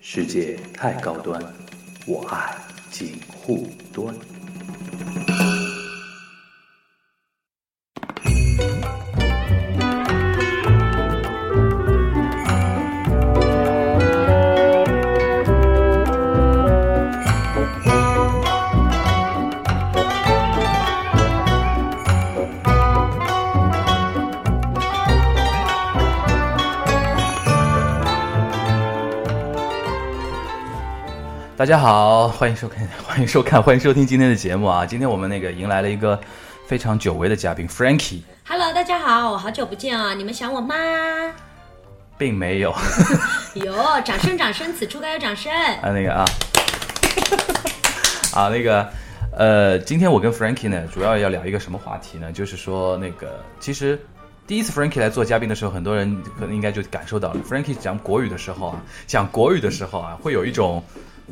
世界太高端，我爱锦护端。大家好，欢迎收看， 欢迎收看，欢迎收听今天的节目啊！今天我们那个迎来了一个非常久违的嘉宾 Frankie， Hello，大家好，我好久不见啊！你们想我吗？并没有 啊有，掌声，掌声，此处该有掌声。那个啊 啊那个呃，今天我跟 Frankie 呢，主要要聊一个什么话题呢？就是说那个其实。第一次 Frankie 来做嘉宾的时候，很多人可能应该就感受到了，Frankie 讲国语的时候啊，讲国语的时候啊，会有一种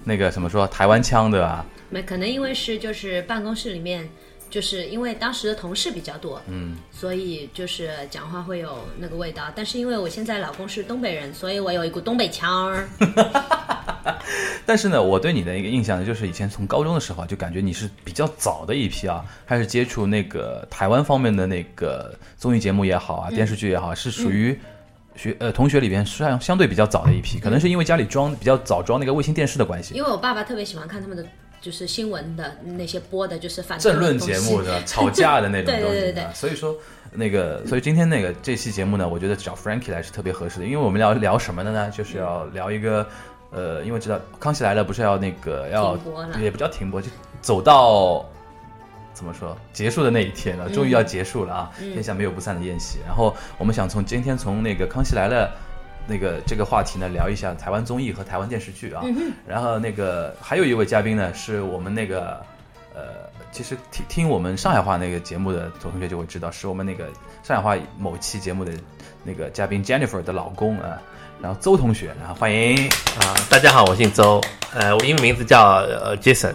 那个怎么说台湾腔的啊，没，可能因为是就是办公室里面，就是因为当时的同事比较多，嗯，所以就是讲话会有那个味道。但是因为我现在老公是东北人，所以我有一股东北 腔儿。但是呢，我对你的一个印象呢，就是以前从高中的时候啊，就感觉你是比较早的一批啊，开始接触那个台湾方面的那个综艺节目也好嗯啊，电视剧也好，是属于学呃同学里边算相对比较早的一嗯批，可能是因为家里装比较早装那个卫星电视的关系，因为我爸爸特别喜欢看他们的就是新闻的那些播的，就是反政论论的东节西 目的吵架的那种东西啊，对对对对所以说。那个，所以今天那个这期节目呢，我觉得找 Frankie 来是特别合适的，因为我们要聊什么的呢？就是要嗯聊一个，呃，因为知道《康熙来了》不是要那个要停播了也不叫停播，就走到怎么说结束的那一天了，终于要结束了啊！天下没有不散的宴席。然后我们想从今天从那个《康熙来了》那个这个话题呢，聊一下台湾综艺和台湾电视剧啊。然后那个还有一位嘉宾呢，是我们那个呃，其实听听我们上海话那个节目的同学就会知道，是我们那个上海话某期节目的那个嘉宾 Jennifer 的老公啊。然后邹同学，然后欢迎啊，大家好，我姓周，呃，我英文名字叫呃 Jason，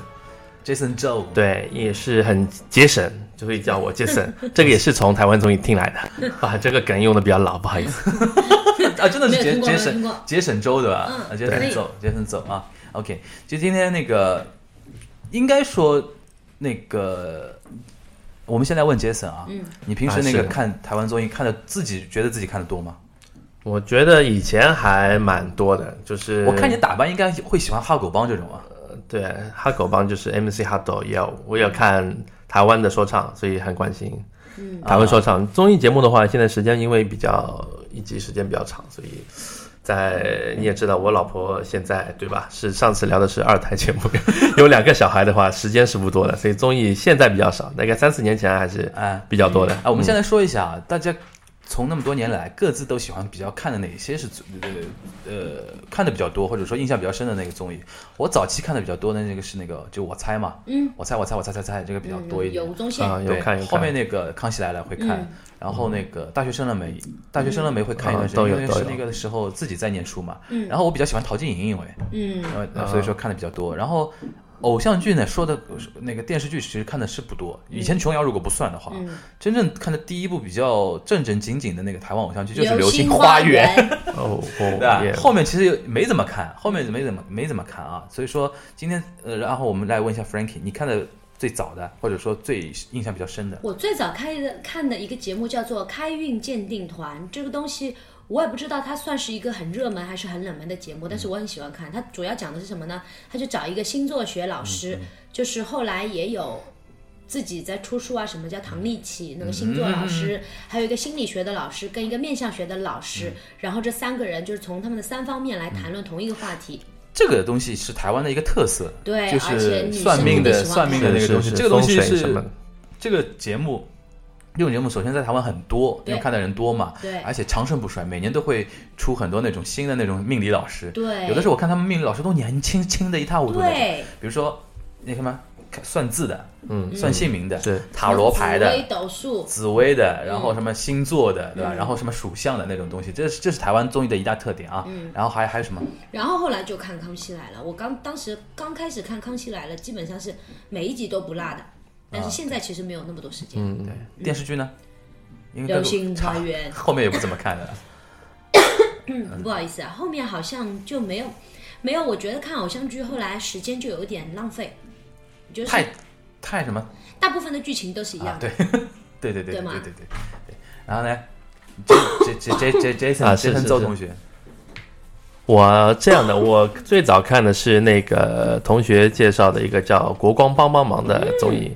Jason Joe，对，也是很节省，就会叫 我 Jason，这个也是从台湾综艺听来的， 啊，这个梗用的比较老，不好意思。啊，真的是没有节听过节没有听省过节省州对吧？嗯啊，节省对走，节省走啊。OK，就今天那个，应该说那个，我们现在问杰森啊，嗯你平时那啊个是看台湾综艺看的自己觉得自己看的多吗？我觉得以前还蛮多的，就是我看你打扮应该会喜欢哈狗帮这种啊。对哈狗帮就是 MC 哈斗也有，我也有看台湾的说唱，所以很关心。嗯，台湾说唱、综艺节目的话，现在时间因为比较一集时间比较长，所以在你也知道，我老婆现在对吧？是上次聊的是二胎节 目，有两个小孩的话，时间是不多的，所以综艺现在比较少，大概三四年前还是哎比较多的。啊，我们现在说一下啊，大家从那么多年来各自都喜欢比较看的哪些是最呃呃看的比较多，或者说印象比较深的那个综艺。我早期看的比较多的那个是那个就我猜嘛，嗯，我猜我猜我猜猜猜这个比较多一嗯有点。吴宗宪，啊，有对，看有看。后面那个《康熙来了》会看，然后那个《大学生了没》，《大学生了没》会看一段时间，啊都有因为是都那有个时候自己在念书嘛。然后我比较喜欢陶晶莹，因为嗯，然后啊呃所以说看的比较多。然后偶像剧呢，说的那个电视剧其实看的是不多。以前琼瑶如果不算的话，真正看的第一部比较正正经经的那个台湾偶像剧就是《流星花园》。园，哦对吧哦，也？后面其实没怎么看，后面没怎么没怎么看啊。所以说今天呃，然后我们来问一下 Frankie，你看的最早的，或者说最印象比较深的，我最早开的看的一个节目叫做《开运鉴定团》，这个东西我也不知道它算是一个很热门还是很冷门的节目，但是嗯我很喜欢看。它主要讲的是什么呢？他就找一个星座学老师，嗯就是后来也有。自己在出书啊，什么叫唐立奇嗯那个星座老师，还有一个心理学的老师跟一个面相学的老师，嗯然后这三个人就是从他们的三方面来谈论同一个话题。这个东西是台湾的一个特色，嗯对就而且是女生算命特的别喜欢算命的那个东西，是是这个东西风水什么是的这个节目。这种节目首先在台湾很多，因为对看的哎人多嘛，对而且长盛不衰，每年都会出很多那种新的那种命理老师，对有的时候我看他们命理老师都年轻轻的一塌糊涂那种，对，比如说那什么算字的，嗯，算姓名的，是塔罗牌的紫，微嗯斗数，紫薇的，然后什么星座的，对吧？然后什么属相的那种东西，这是这是台湾综艺的一大特点啊。嗯然后还还有什么？然后后来就看《康熙来了》，我刚当时刚开始看《康熙来了》，基本上是每一集都不落的，但是现在其实没有那么多时间。嗯嗯对，电视剧呢？因为流这个星 花园后面也不怎么看的了。嗯，不好意思啊，后面好像就没有。没有，我觉得看偶像剧后来时间就有点浪费，就是太太什么大部分的剧情都是一啊？样的。对，对对对对对对吗对对对。然后呢，J J J J J 啊 Jason 是 Jason 是周是同学，我这样的，我最早看的是那个同学介绍的一个叫《国光帮帮忙》的综艺，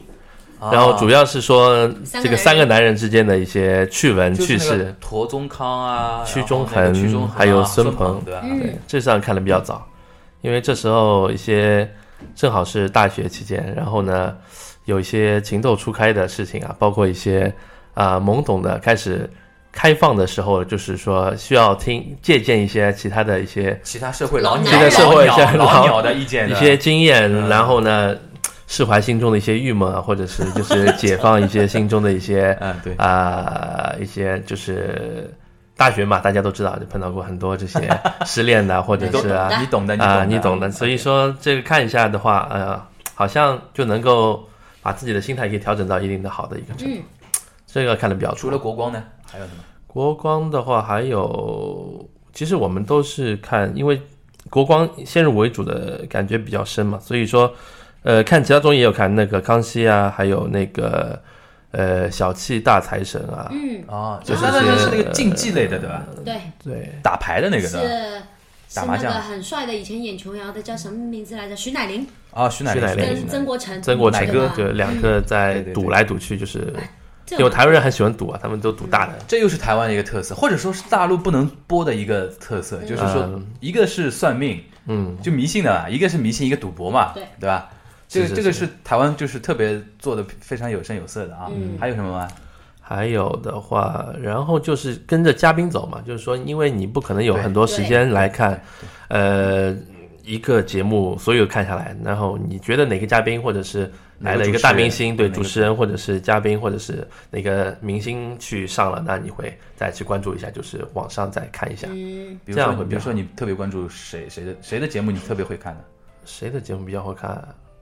然后主要要是说嗯啊三个这男个人三个男人之间的一些趣闻趣事。陀宗康啊，屈然后中那个恒屈中还有啊孙孙鹏对吧？嗯对，这上看的比较早，因为这时候一些正好是大学期间，然后呢有一些情窦初开的事情啊，包括一些啊、懵懂的开始开放的时候，就是说需要听借鉴一些其他的一些其他社会老老鸟，男人其他社会老一些鸟老老鸟的意见一的些经验，嗯然后呢，释怀心中的一些郁闷啊，或者是就是解放一些心中的一些嗯 对啊、一些就是大学嘛，大家都知道，就碰到过很多这些失恋的，或者是啊你懂的，啊，你你懂懂的。的，所以说这个看一下的话，呃，好像就能够把自己的心态可以调整到一定的好的一个程度。嗯这个看的比较多除了国光呢，还有什么？国光的话，还有，其实我们都是看，因为国光先入为主的感觉比较深嘛，所以说，呃，看其他综艺也有看那个康熙啊，还有那个呃小气大财神啊，嗯嗯，哦，就是那那一那些是那个竞技类的，对吧？对，对，打牌的那个是的是打那麻将个很帅的，以前演琼瑶的叫什么名字来着？徐乃麟啊，徐乃徐乃麟麟对跟曾国成，曾国成乃哥就两个在对对对赌来赌去，就是这因种为台湾人很喜欢赌啊，他们都赌大的。这又是台湾的一个特色，或者说是大陆不能播的一个特色，就是说嗯，一个是算命，嗯，就迷信的嘛；一个是迷信，一个赌博嘛，对对吧？这个是是这个是台湾就是特别做的非常有声有色的啊。嗯还有什么吗？还有的话，然后就是跟着嘉宾走嘛，就是说，因为你不可能有对很多时间来看，呃，一个节目所有看下来，然后你觉得哪个嘉宾或者是来了一个大明星，哪个对主持人主持人或者是嘉宾或者是哪个明星去上了，那你会再去关注一下，就是网上再看一下、嗯，比如这样说，会比比较如说你特别关注谁谁的谁的节目，你特别会看的，谁的节目比较好看，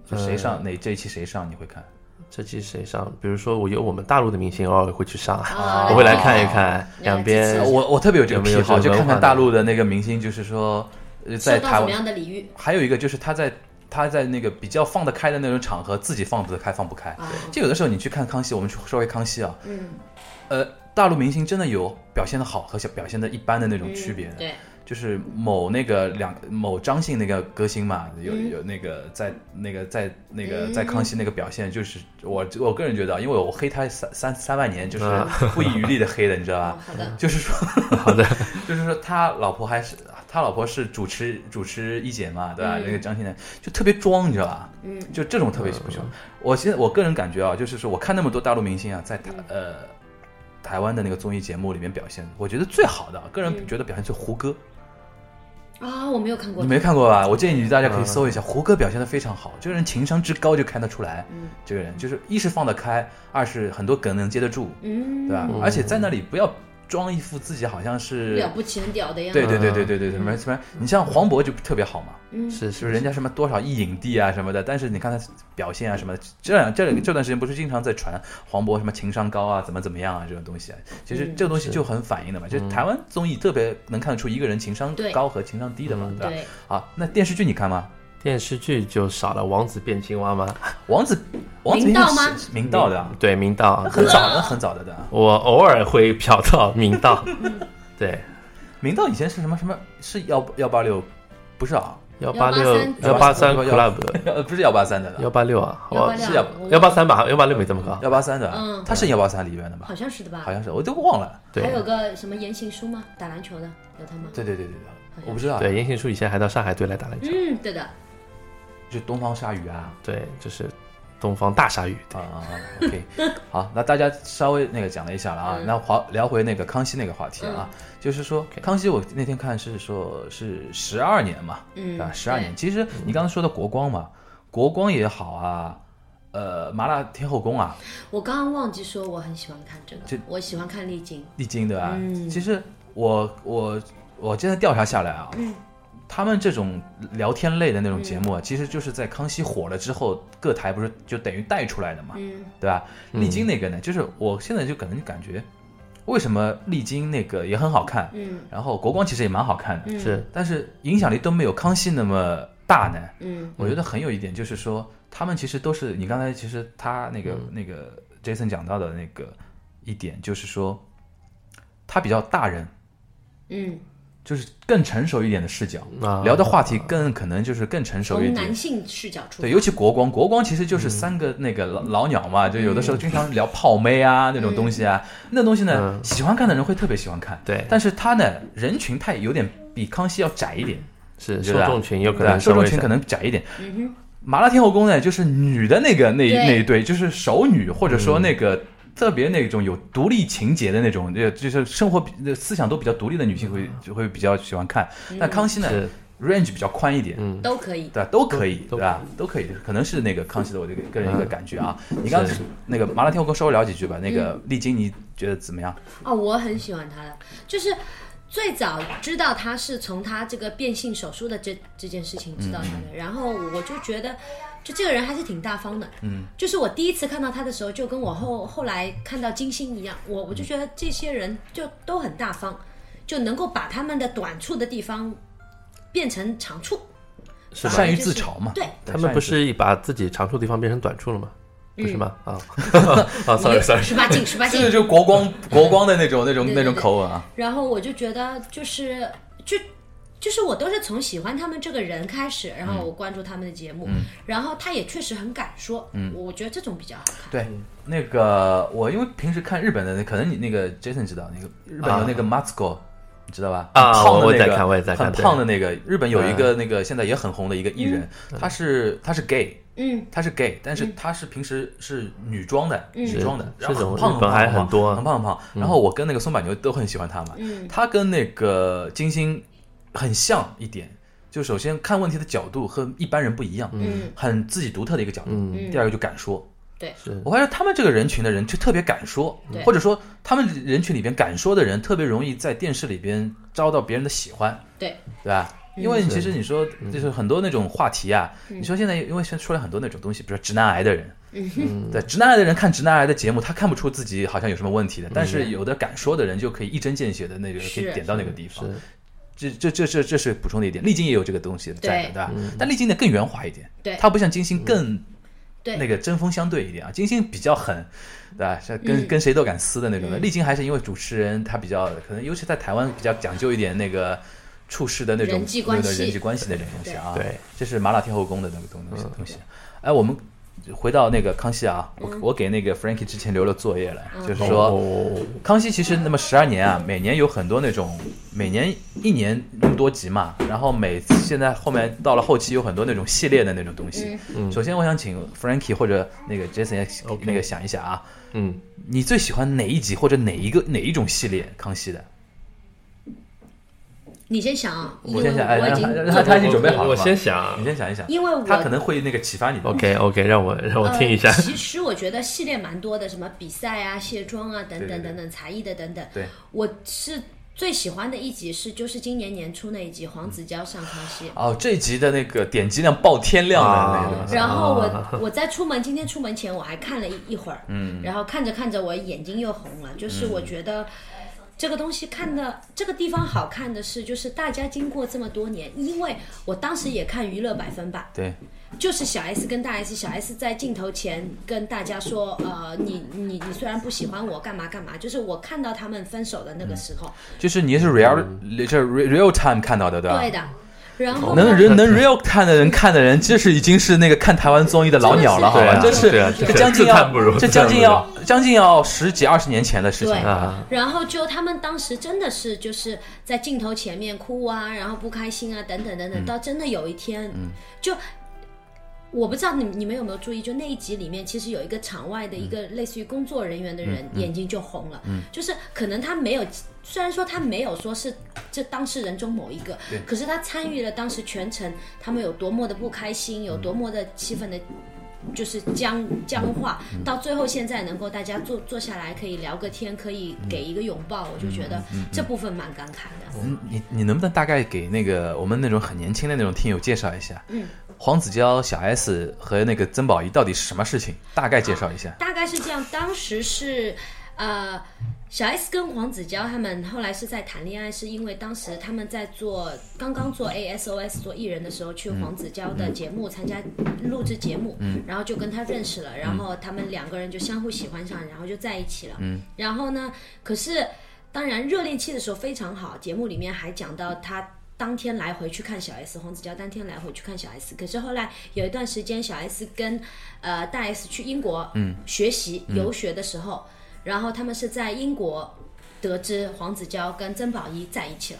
就嗯谁上哪这一期谁上你会看？这期谁上，比如说我有我们大陆的明星偶尔会去上，啊我会来看一看哦两边了解我我特别有这个有癖没呃有好，这就个看文化看呢大陆的那个明星，就是说呃在受台到什么湾，样的礼遇还有一个就是他在他在那个比较放得开的那种场合，自己放不得开，放不哎开。啊？就有的时候你去看康熙，我们去说回康熙啊，嗯，呃，大陆明星真的有表现的好和小表现的一般的那种区别的。嗯对，就是某那个两某张姓那个歌星嘛，有嗯有那个在那个在那个嗯在康熙那个表现，就是我我个人觉得啊，因为我黑他三三三万年，就是啊不遗余力的黑的，你知道哦吧？好的， 就是说，嗯 好的， 就是说他老婆还是他老婆是主持主持一姐嘛，对吧？嗯那个张欣然就特别装，你知道吧？嗯，就这种特别不喜欢。我现在我个人感觉啊，就是说我看那么多大陆明星啊，在台嗯呃台湾的那个综艺节目里面表现，我觉得最好的啊，个人嗯觉得表现最胡歌，啊，我没有看过你，没看过吧？我建议你大家嗯可以搜一下，胡歌表现的非常好，这个人情商之高就看得出来，嗯这个人就是一是放得开，二是很多梗能接得住，嗯，对吧？而且在那里不要装一副自己好像是了不起，很屌的样子，对对对对对对，什么什么，你像黄渤就特别好嘛，嗯是就是人家什么多少亿影帝啊什么的，但是你看他表现啊什么的，这两这这段时间不是经常在传黄渤什么情商高啊，怎么怎么样啊这种东西啊，其实嗯这个东西就很反映的嘛，就是台湾综艺特别能看得出一个人情商对高和情商低的嘛，对吧？对，啊，那电视剧你看吗？电视剧就少了王子变青蛙吗？王子，王子明道应该吗是？明道的啊，对，明道啊，很早的，很早的的啊。我偶尔会瞟到明 道，对，明道以前是什么什么？是幺幺八六，不是啊， 幺八六183幺八三183 club 不是幺八三的幺的，八六啊，幺八我六是要我幺八三吧，幺八六没这么高，幺八三的啊嗯，他是幺八三里边的吧好？像是的吧？好像是，我都忘了。对还有个什么言情书吗？打篮球的有他吗？对对对对好对，像我不知道啊。对，言情书以前还到上海队来打篮球，嗯，对的，就东方鲨鱼啊。对，就是东方大鲨鱼，啊啊啊！OK，好，那大家稍微那个讲了一下了啊，嗯那话聊回那个康熙那个话题啊，就是说康熙，我那天看是说是十二年嘛，对嗯吧？十二年，其实你刚刚说的国光嘛，国光也好啊，呃，麻辣天后宫啊，我刚刚忘记说我很喜欢看这这个，我喜欢看丽晶，丽晶对吧？嗯啊其实我我我现在调查下来啊，嗯他们这种聊天类的那种节目啊，其实就是在康熙火了之后，各台不是就等于带出来的嘛，嗯对吧？丽晶那个呢，就是我现在就可能感觉，为什么丽晶那个也很好看，嗯然后国光其实也蛮好看的，嗯是但是影响力都没有康熙那么大呢？嗯我觉得很有一点就是说，他们其实都是你刚才其实他那个、嗯那个 Jason 讲到的那个一点，就是说他比较大人，嗯，就是更成熟一点的视角，啊，嗯聊的话题更可能就是更成熟一从点男。性视角出发对，，尤其国光，国光其实嗯就是三个那个老老鸟嘛，就有的时候经常聊泡妹 啊那种东西啊，那东西呢，嗯喜欢看的人会特别喜欢看，对但是他呢，人群太有点比康熙要窄一点，是你觉受得啊众群有可对吧能受稍众微群小可能窄一点。嗯哼，麻辣天后宫呢，就是女的那个那一对那一对，就是熟女，嗯或者说那个。特别那种有独立情节的那种，呃就就是生活比思想都比较独立的女性会就会比较喜欢看。那康熙呢嗯是嗯，range 比较宽一点，嗯都可以，对吧？都可以，都嗯对吧？都可以，可能是那个康熙的我这个个人一个感觉啊。你刚是那个麻辣天后宫稍微聊几句吧。那个丽晶，你觉得怎么样？哦，我很喜欢他的，就是最早知道他是从他这个变性手术的这这件事情知道他嗯的，然后我就觉得。就这个人还是挺大方的，嗯，就是我第一次看到他的时候，就跟我嗯后后来看到金星一样，我我就觉得这些人就都很大方，就能够把他们的短处的地方变成长处，是吧善于自嘲 嘛？对对他们不善于是把自己长处地方变成短处了吗？不是吗？ 啊 啊哦十八，sorry sorry，十八禁，十八自禁嘲这，个就国光国光的那种那种对那对种对口吻啊。然后我就觉得就是就。就是我都是从喜欢他们这个人开始，然嗯后我关注他们的节目，然后他也确实很敢说，嗯，我觉得这种比较好看。对，那个我因为平时看日本的那，可能你那个 Jason 知道，那个日本有那个 Matsuko，、你知道吧？啊很胖的我那我个，在看我也在看嗯很胖的那个日本有一个那个现在也很红的一个艺人，他是他是 gay。嗯，他是 gay，但是他是平时是女装的，嗯女装的，是然后这种很胖日很本胖还很胖很多啊很胖很胖。然后我跟那个松柏牛都很喜欢他嘛，嗯他跟那个金星很像一点，就首先看问题的角度和一般人不一样，嗯很自己独特的一个角度。第二个就敢说，对，嗯是我发现他们这个人群的人就特别敢说对，或者说他们人群里边敢说的人特别容易在电视里边招到别人的喜欢，对，对吧？因为其实你说就是很多那种话题啊，嗯你说现在因为现在出来很多那种东西，比如说直男癌的人，对直男癌的人看直男癌的节目，他看不出自己好像有什么问题的，但是有的敢说的人就可以一针见血的那个可是以点到那个地方是。这这这这这是补充的一点，丽晶也有这个东西在的，对对吧？嗯但丽晶呢更圆滑一点，对它不像金星更对那个针锋相对一点啊。金星比较狠，对吧？像跟、嗯跟谁都敢撕的那种的。丽晶还是因为主持人他比较可能，尤其在台湾比较讲究一点那个处事的那种人际关系那种人际关系那种东西啊。对嗯对，这是麻辣天后宫的那个东东西东西。哎，我们回到那个康熙啊，嗯我我给那个 Frankie 之前留了作业了，就是说。哦康熙其实那么十二年啊，每年有很多那种，每年一年那么多集嘛，然后每次现在后面到了后期有很多那种系列的那种东西。嗯首先我想请 Frankie 或者那个 Jason 也嗯 OK 那个想一想啊，嗯，你最喜欢哪一集或者哪一个哪一种系列康熙的？ 你先想啊，因我为先想，哎，我已让经他让他他已经准备好了我嘛先想你先想一想，因为我他可能会那个启发你的。 ，OK OK，让我让我呃听一下，其实我觉得系列蛮多的，什么比赛啊、卸妆啊等对等对等等，才艺的等等。对，我是最喜欢的一集是就是今年年初那一集黄子佼上康熙。哦，这一集的那个点击量爆天量的啊那个东西，然后我我在出门今天出门前我还看了一一会儿，嗯，然后看着看着我眼睛又红了，就是我觉得。这个东西看的这个地方好看的是，就是大家经过这么多年，因为我当时也看娱乐百分百，对，就是小 S 跟大 S，小 S 在镜头前跟大家说，呃，你你你虽然不喜欢我，干嘛干嘛，就是我看到他们分手的那个时候，就是你是 real 嗯就是 real time 看到的，对吧？对的。然后呢能 人能 real 看的人看的人，这是已经是那个看台湾综艺的老鸟了，好对吧？啊这是对啊这对啊将近自叹不要如这自叹将不如近要将近要十几二十年前的事情对了。啊，然后就他们当时真的是就是在镜头前面哭啊，然后不开心啊，等等等等，到真的有一天，就我不知道你你们有没有注意，就那一集里面其实有一个场外的一个类似于工作人员的人、眼睛就红了，就是可能他没有，虽然说他没有说是这当事人中某一个，可是他参与了当时全程他们有多么的不开心，有多么的气愤的就是僵僵化，到最后现在能够大家坐坐下来，可以聊个天，可以给一个拥抱，我就觉得这部分蛮感慨的。嗯你你能不能大概给那个我们那种很年轻的那种听友介绍一下？嗯，黄子佼、小 S 和那个曾宝仪到底是什么事情？大概介绍一下。大概是这样，当时是。呃，小 S 跟黄子佼他们后来是在谈恋爱，是因为当时他们在做刚刚做 ASOS 做艺人的时候，去黄子佼的节目参加录制节目，然后就跟他认识了，然后他们两个人就相互喜欢上，然后就在一起了。然后呢，可是当然热恋期的时候非常好，节目里面还讲到他。当天来回去看小 S，黄子佼当天来回去看小 S。可是后来有一段时间，小 S 跟呃大 S 去英国学习、游学的时候，然后他们是在英国得知黄子�佼跟曾宝仪在一起了，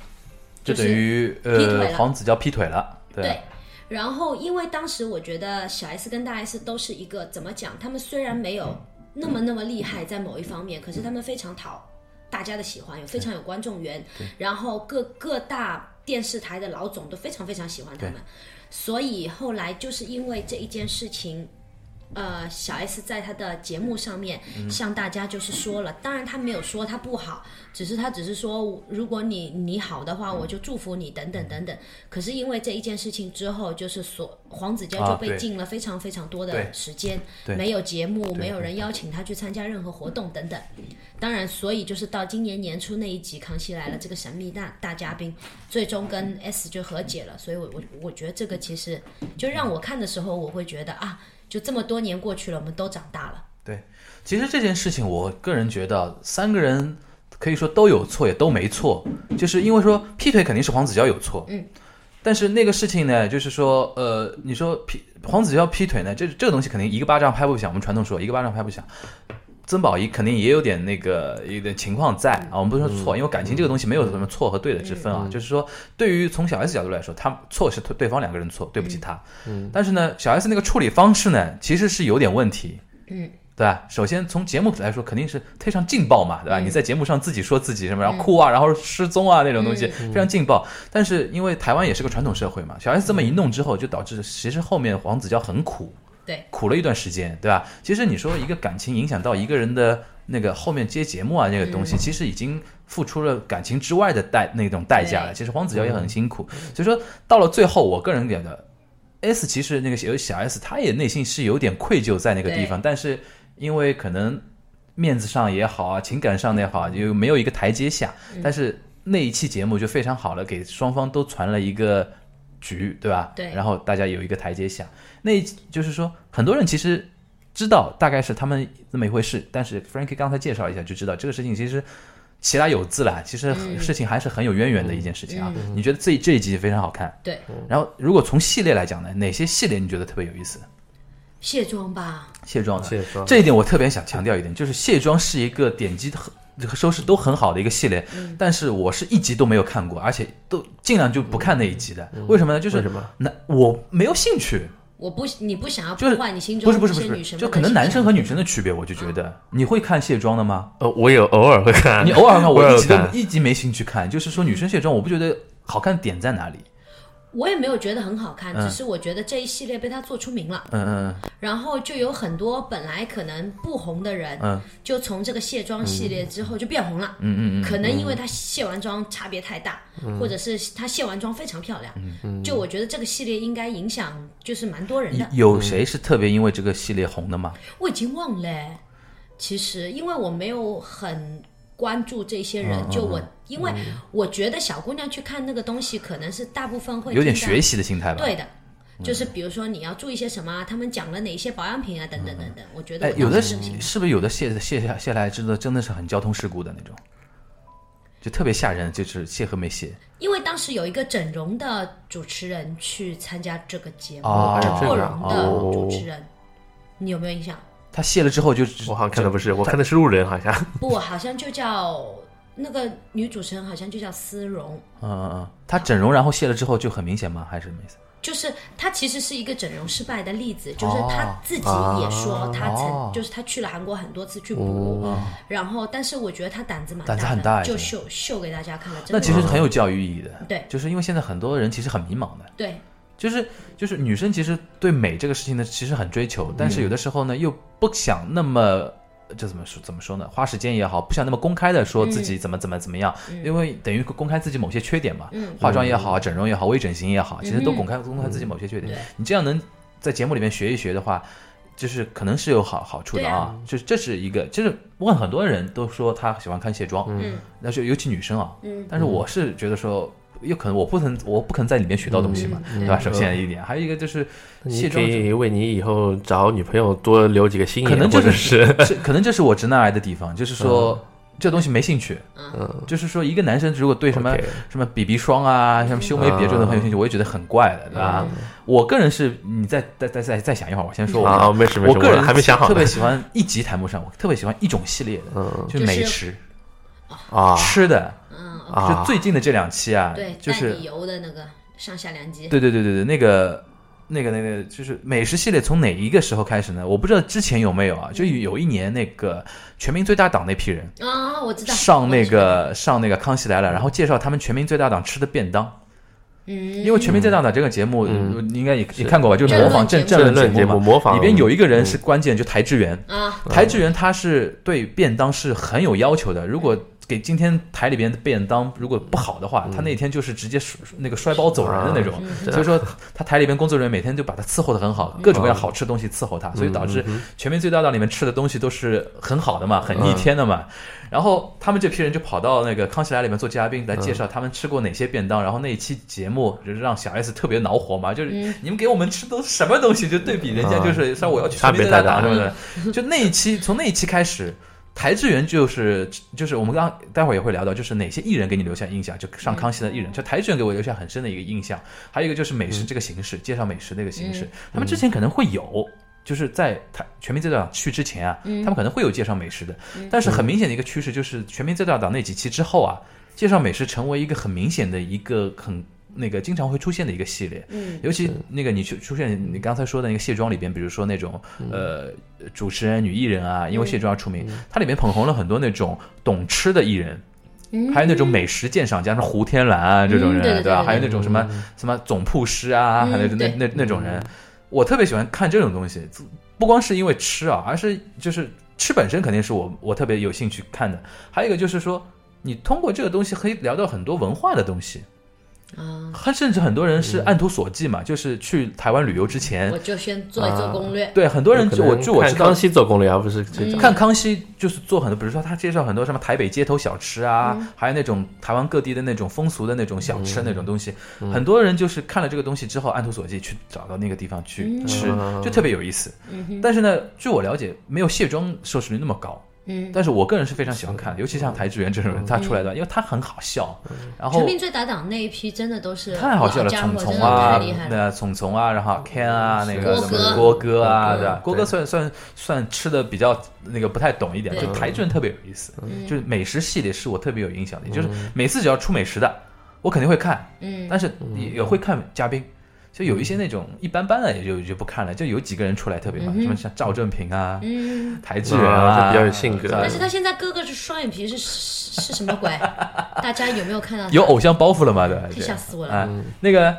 就等于劈腿呃了黄子佼劈腿了，对对。然后，因为当时我觉得小 S 跟大 S 都是一个怎么讲，他们虽然没有那么那么厉害在某一方面，可是他们非常讨大家的喜欢，有非常有观众缘，然后各各大电视台的老总都非常非常喜欢他们，所以后来就是因为这一件事情。呃，小 S 在她的节目上面嗯向大家就是说了，当然她没有说她不好，只是她只是说，如果你你好的嗯话，我就祝福你等等等等。可是因为这一件事情之后，就是所黄子佼啊就被对禁了非常非常多对的时间，对没有节目，没有人邀请他去参加任何活动等等。当然，所以就是到今年年初那一集《康熙来了》这个神秘大大嘉宾，最终跟 S 就和解了。所以我我我觉得这个其实就让我看的时候，我会觉得啊，就这么多年过去了，我们都长大了。对。其实这件事情，我个人觉得三个人可以说都有错，也都没错，就是因为说劈腿肯定是黄子佼有错，嗯。但是那个事情呢，就是说，呃，你说劈黄子佼劈腿呢，这这个东西肯定一个巴掌拍不响。我们传统说一个巴掌拍不响，曾宝仪肯定也有点那个有点情况在啊。我们不是说错，因为感情这个东西没有什么错和对的之分啊。就是说，对于从小 S 角度来说，他错是对对方两个人错，对不起他。嗯。但是呢，小 S 那个处理方式呢，其实是有点问题。嗯。对吧？首先从节目来说，肯定是非常劲爆嘛，对吧？嗯你在节目上自己说自己什么，然后哭啊，然后失踪啊那种东西，嗯非常劲爆。但是因为台湾也是个传统社会嘛，小 S 这么一弄之后，就导致其实后面黄子佼很苦，对，苦了一段时间，对吧？其实你说一个感情影响到一个人的那个后面接节目啊那个嗯东西，其实已经付出了感情之外的代那种代价了。对嗯其实黄子佼也很辛苦，所以说到了最后，我个人觉得 S 其实那个有小 S，她也内心是有点愧疚在那个地方，但是因为可能面子上也好啊，情感上也好啊，就没有一个台阶下。但是那一期节目就非常好了，给双方都传了一个局，对吧？对然后大家有一个台阶下，那一就是说很多人其实。知道大概是他们那么一回事，但是 Frankie 刚才介绍一下就知道这个事情其实其来有自啦，其实很事情还是很有渊源的一件事情啊。你觉得这这一集非常好看，嗯对，然后如果从系列来讲呢，哪些系列你觉得特别有意思？卸妆吧，卸妆呢？啊卸妆这一点我特别想强调一点，就是卸妆是一个点击和和收视都很好的一个系列，嗯但是我是一集都没有看过，而且都尽量就不看那一集的。嗯为什么呢？就是为什么？那我没有兴趣。我不你不想要就是破坏你心中不是不是不一些女是，神就们的嗯可能形男象生和女生的区别，我就觉得你会看卸妆的吗？呃，我有偶尔会看，你偶尔看，偶我尔 一集都看一集没兴趣看。就是说女生卸妆，我不觉得好看点在哪里。我也没有觉得很好看，嗯只是我觉得这一系列被他做出名了，嗯嗯然后就有很多本来可能不红的人，嗯就从这个卸妆系列之后就变红了。嗯嗯嗯嗯可能因为她卸完妆差别太大，或者是她卸完妆非常漂亮，就我觉得这个系列应该影响就是蛮多人的。嗯，有谁是特别因为这个系列红的吗？我已经忘了欸，其实因为我没有很关注这些嗯人，就我因为我觉得小姑娘去看那个东西，可能是大部分会有点听到学习的嗯心态吧？对的，就是比如说你要注意些什么啊，他们讲了哪些保养品啊，等等等等。我觉得哎我，有的当时是是不是有的卸卸下卸下来真的真的是很交通事故的那种，就特别吓人，就是卸和没卸。因为当时有一个整容的主持人去参加这个节目，哦整这过个容啊的哦主持人，你有没有印象？他卸了之后就我好像看的不是，我看的是路人，好像不，好像就叫那个女主持人，好像就叫丝绒。嗯嗯嗯，他整容然后卸了之后就很明显吗？还是什么意思？就是她其实是一个整容失败的例子，就是哦她自己也说哦她哦曾，就是她去了韩国很多次去补，然后但是我觉得她胆子蛮胆子大很大的，哎就对秀秀给大家看了。真那的其实很有教育意义的，对就是因为现在很多人其实很迷茫的，对，就是就是女生其实对美这个事情呢，其实很追求，但嗯是有的时候呢又不想那么。就怎么说怎么说呢？花时间也好，不想那么公开的说自嗯己怎么怎么怎么样，因为等于公开自己某些缺点嘛。嗯化妆也好，整容也嗯好，微整形也好，其实都公开公开自己某些缺点。对你这样能在节目里面学一学的话，就是可能是有好好处的对啊，就是这是一个，就是问很多人都说他喜欢看卸妆，嗯那就尤其女生啊，嗯但是我是觉得说，有可能我不能我不可能在里面学到东西嘛，嗯对吧？嗯首先一点，还有一个就是你卸可妆以为你以后找女朋友多留几个心眼，可能或就者是是是可能这是我直男癌的地方，就是说。这东西没兴趣，嗯，就是说一个男生如果 对什么 OK 嗯什么 BB 霜啊、什么修眉别这种很有兴趣，我也觉得很怪的，对嗯吧？我个人是，你再再再再再想一会儿，我先说我的。啊，没事没我事，个我人还没想好特呢别喜欢一集谈不上，我特别喜欢一种系列的，嗯就就是是美食啊吃的，嗯，就啊，最近的这两期啊对，，就带是你游的那个上下两集，对对对对对，那个那个那个就是美食系列从哪一个时候开始呢？我不知道之前有没有啊，嗯就有一年那个全民最大党那批人啊，我知道上那，我知道个上那个康熙来了，然后介绍他们全民最大党吃的便当。嗯，因为《全民最大党》这个节目，嗯你应该也也看过吧？就是政模论仿节政目政政论节目目嗯嘛，模仿里边有一个人是关键，就台志源。啊，台志源他是对便当是很有要求的，如果给今天台里边的便当如果不好的嗯话，他那天就是直接摔那个摔包走人的那种。嗯所以说，他台里边工作人员每天就把他伺候的很好，各种各样好吃的东西伺候他，所以导致《全民最大党》里面吃的东西都是很好的嘛，很逆天的嘛。然后他们这批人就跑到那个《康熙来了》里面做嘉宾，来介绍他们吃过哪些便当。然后那一期节目就是让小 S 特别恼火嘛，就是嗯 你们给我们吃都什么东西，就对比人家就是像我要去啊差全民别最大太大党什么的。就那一期，从那一期开始，台志源就是就是我们刚待会儿也会聊到，就是哪些艺人给你留下印象，就嗯上康熙的艺人，就台志源给我留下很深的一个印象。还有一个就是美嗯食这个形式，介绍美食那个形式，他们之前可能会有。就是在台全民最大党去之前啊，嗯嗯他们可能会有介绍美食的，但是很明显的一个趋势就是全民最大党那几期之后啊，介绍美食成为一个很明显的一个很那个经常会出现的一个系列。嗯，尤其那个你出出现你刚才说的那个卸妆里边，比如说那种嗯呃主持人、女艺人啊，因为卸妆而出名，它里面捧红了很多那种懂吃的艺人。嗯还有那种美食鉴赏家，像胡天蓝啊这种人，嗯对对对吧？对还有那种什么嗯什么总铺师啊，嗯还有那对嗯那那那种人，我特别喜欢看这种东西，不光是因为吃啊，而是就是吃本身肯定是我我特别有兴趣看的。还有一个就是说，你通过这个东西可以聊到很多文化的东西，啊，他甚至很多人是嗯按图索骥嘛，就是去台湾旅游之前我，就先做一呃做攻略，对很多人可就我能据我看知道康，熙做攻略而不是这种看康熙就是做很多，比如说他介绍很多什么台北街头小吃啊，嗯还有那种台湾各地的那种风俗的那种小嗯吃那种东西，很多人就是嗯看了这个东西之后按图索骥去找到那个地方去嗯吃，嗯就特别有意思。但是呢，据我了解，没有卸妆收视率那么高。嗯，但是我个人是非常喜欢看的，尤其嗯像台志源这种人，他出来的，因为他很好笑，然后全民最大党那一批真的都是太好笑了，老家虫伙虫真的太啊厉害，了，那虫虫啊，然后 Ken 啊，那个郭什哥么郭哥啊，郭哥对吧？对郭哥算算算吃的比较那个不太懂一点，对就台剧人特别有意思，嗯就是美食系列是我特别有影响的，嗯就是每次只要出美食的，我肯定会看，嗯，但是也也会看嘉宾。就有一些那种一般般的也就就不看了，就有几个人出来特别好，什么像赵正平啊、嗯，台志远啊，啊就比较有性格对但是他现在哥哥是双眼皮是是是什么鬼？大家有没有看到他？有偶像包袱了嘛，对吧？吓死我了啊！那个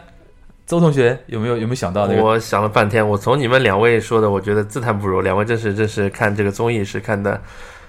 周同学有没有有没有想到那个嗯我想了半天，我从你们两位说的，我觉得自叹不如。两位真是真是看这个综艺是看的，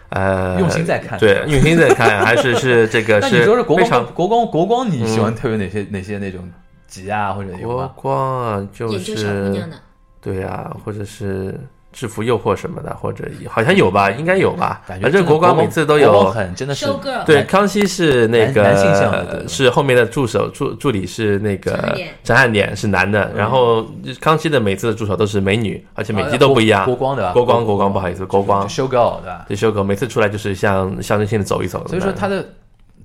呃，用心在看对， 用心在看，还是是这个那你呃是说是国非光常嗯国光国光，你喜欢特别哪些、哪些那种集啊，或者有国吗？光啊，呃就研究小姑是娘的，对啊，或者是制服诱惑什么的，或者好像有吧，应该有吧，嗯感反觉正国国光每次都国光有。很真的是 Show girl 对，康熙是那男个男性向的对吧是后面的助手助助理是那陈汉个典陈汉典是男嗯的，然后康熙的每次的助手都是美女，而且啊每集都不一样。呃国光的啊国光国光不好意思，国光修 girl 对吧？对修狗每次出来就是像象征性的走一走，所以说那他的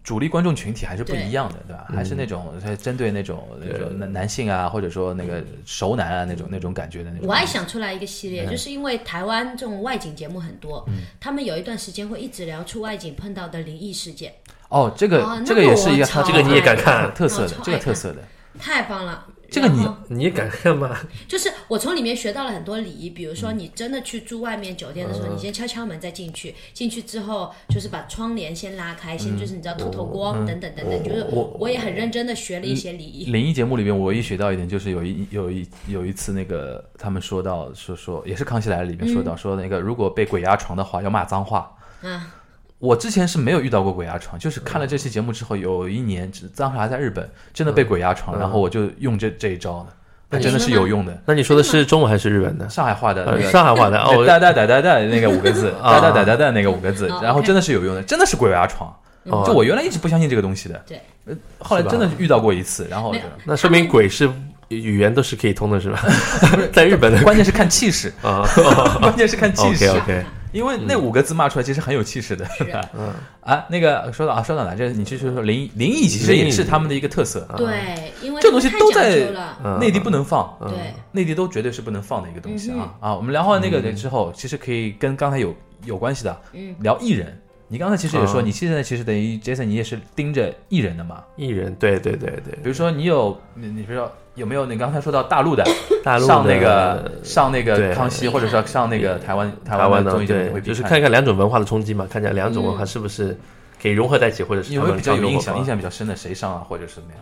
主力观众群体还是不一样的，对吧？还嗯是那种它针对那种那种男男性啊，或者说那个熟男啊那种那种感觉的那种。我还想出来一个系哎列，就是因为台湾这种外景节目很多，嗯他们有一段时间会一直聊出外景碰到的灵异事件，哦，这个、哦这个也是一个那个我它超这个你也敢特看？特色的哦，这个特色的，太棒了。这个你然后你也敢看吗？就是我从里面学到了很多礼仪，比如说嗯你真的去住外面酒店的时候，你先敲敲门再进去，进去之后就是把窗帘先拉开，先嗯就是你知道透透光等等等等，就是哦我我也很认真的学了一些礼仪。灵异节目里面，我唯一学到一点就是有一有一有一次那个他们说到说说也是《康熙来了》里面说嗯到、说那个如果被鬼压床的话要骂脏话。啊，我之前是没有遇到过鬼压床，就是看了这期嗯节目之后，有一年当时还在日本，真的被鬼压床，然后我就用这这一招的。它真的是有用的。那你说的是中文还是日文的？上海话的那呃个上海话的哦，哒哒哒哒哒那个五个字， 啊哒哒哒哒哒那个五个字啊，然后 OK 真的是有用的，真的是鬼压床。哦就我原来一直不相信这个东西的，对，呃后来是吧真的遇到过一次，然后没有那说明鬼是语言都是可以通的，是吧？ 在日本的关键是看气势，啊 关键是看气，OK 势， OK，因为那五个字骂出来其实很有气势的。 嗯，啊，那个说到啊，说到哪？这你去说说灵异灵异，其实也是他们的一个特色，对，因为啊这东西太都讲在究了，嗯内地不能放，嗯对，内地都绝对是不能放的一个东西啊、啊！我们聊完那嗯个之后，其实可以跟刚才有有关系的，嗯聊艺人。你刚才其实也说，嗯你现在其实等于 Jason，你也是盯着艺人的嘛？艺人，对对对对比，如说你有你，你比如说有没有你刚才说到大陆的大陆的上那个上那个对康熙，或者说上那个台湾台湾湾的的综艺节目，你会对，必就是看看看两种文化的冲击嘛，看看两种文化嗯是不是可以融合在一起，或者是你有没有比较有印象？印象象比较深的谁上啊，或者是怎么样？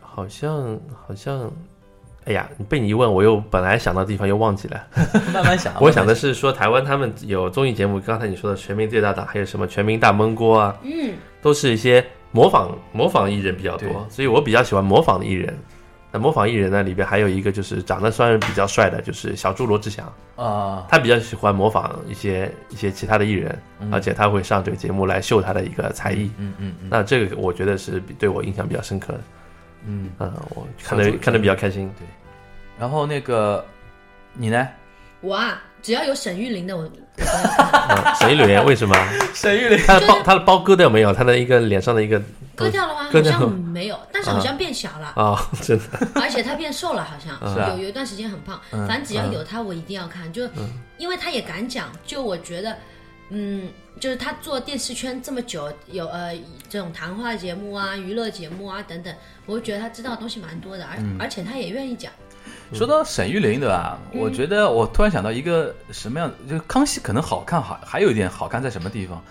好像好像。哎呀，被你一问，我又本来想到的地方又忘记了。 慢慢想啊，我想的是是说，台湾他们有综艺节目，刚才你说的《全民最大党》，还有什么《全民大闷锅》啊，嗯，都是一些模仿模仿艺人比较对多，所以我比较喜欢模仿的艺人。那模仿艺人呢，里边还有一个就是长得算是比较帅的，就是小猪罗志祥，啊，他比较喜欢模仿一些一些其他的艺人，而且他会上这个节目来秀他的一个才艺。嗯嗯嗯那这个我觉得是比对我印象比较深刻的，嗯。嗯，我看的小猪看的比较 开心。然后那个你呢？我啊，只要有沈玉琳的我，嗯，沈一莲为 什么？沈玉琳他的包他的包割掉没有？他的一个脸上的一个割掉了吗？割好掉了像没有，但是好像变小了，啊，真的而且她变瘦了，好像 是啊有有一段时间很胖。嗯反正只要有她，我一定要看，就因为她也敢讲，就我觉得，嗯，就是她做电视圈这么久，有呃这种谈话节目啊、娱乐节目啊等等，我就觉得她知道的东西蛮多的，而嗯而且她也愿意讲。说到沈玉琳，对吧？我觉得我突然想到一个什么样，就是康熙可能好看，还还有一点好看在什么地方，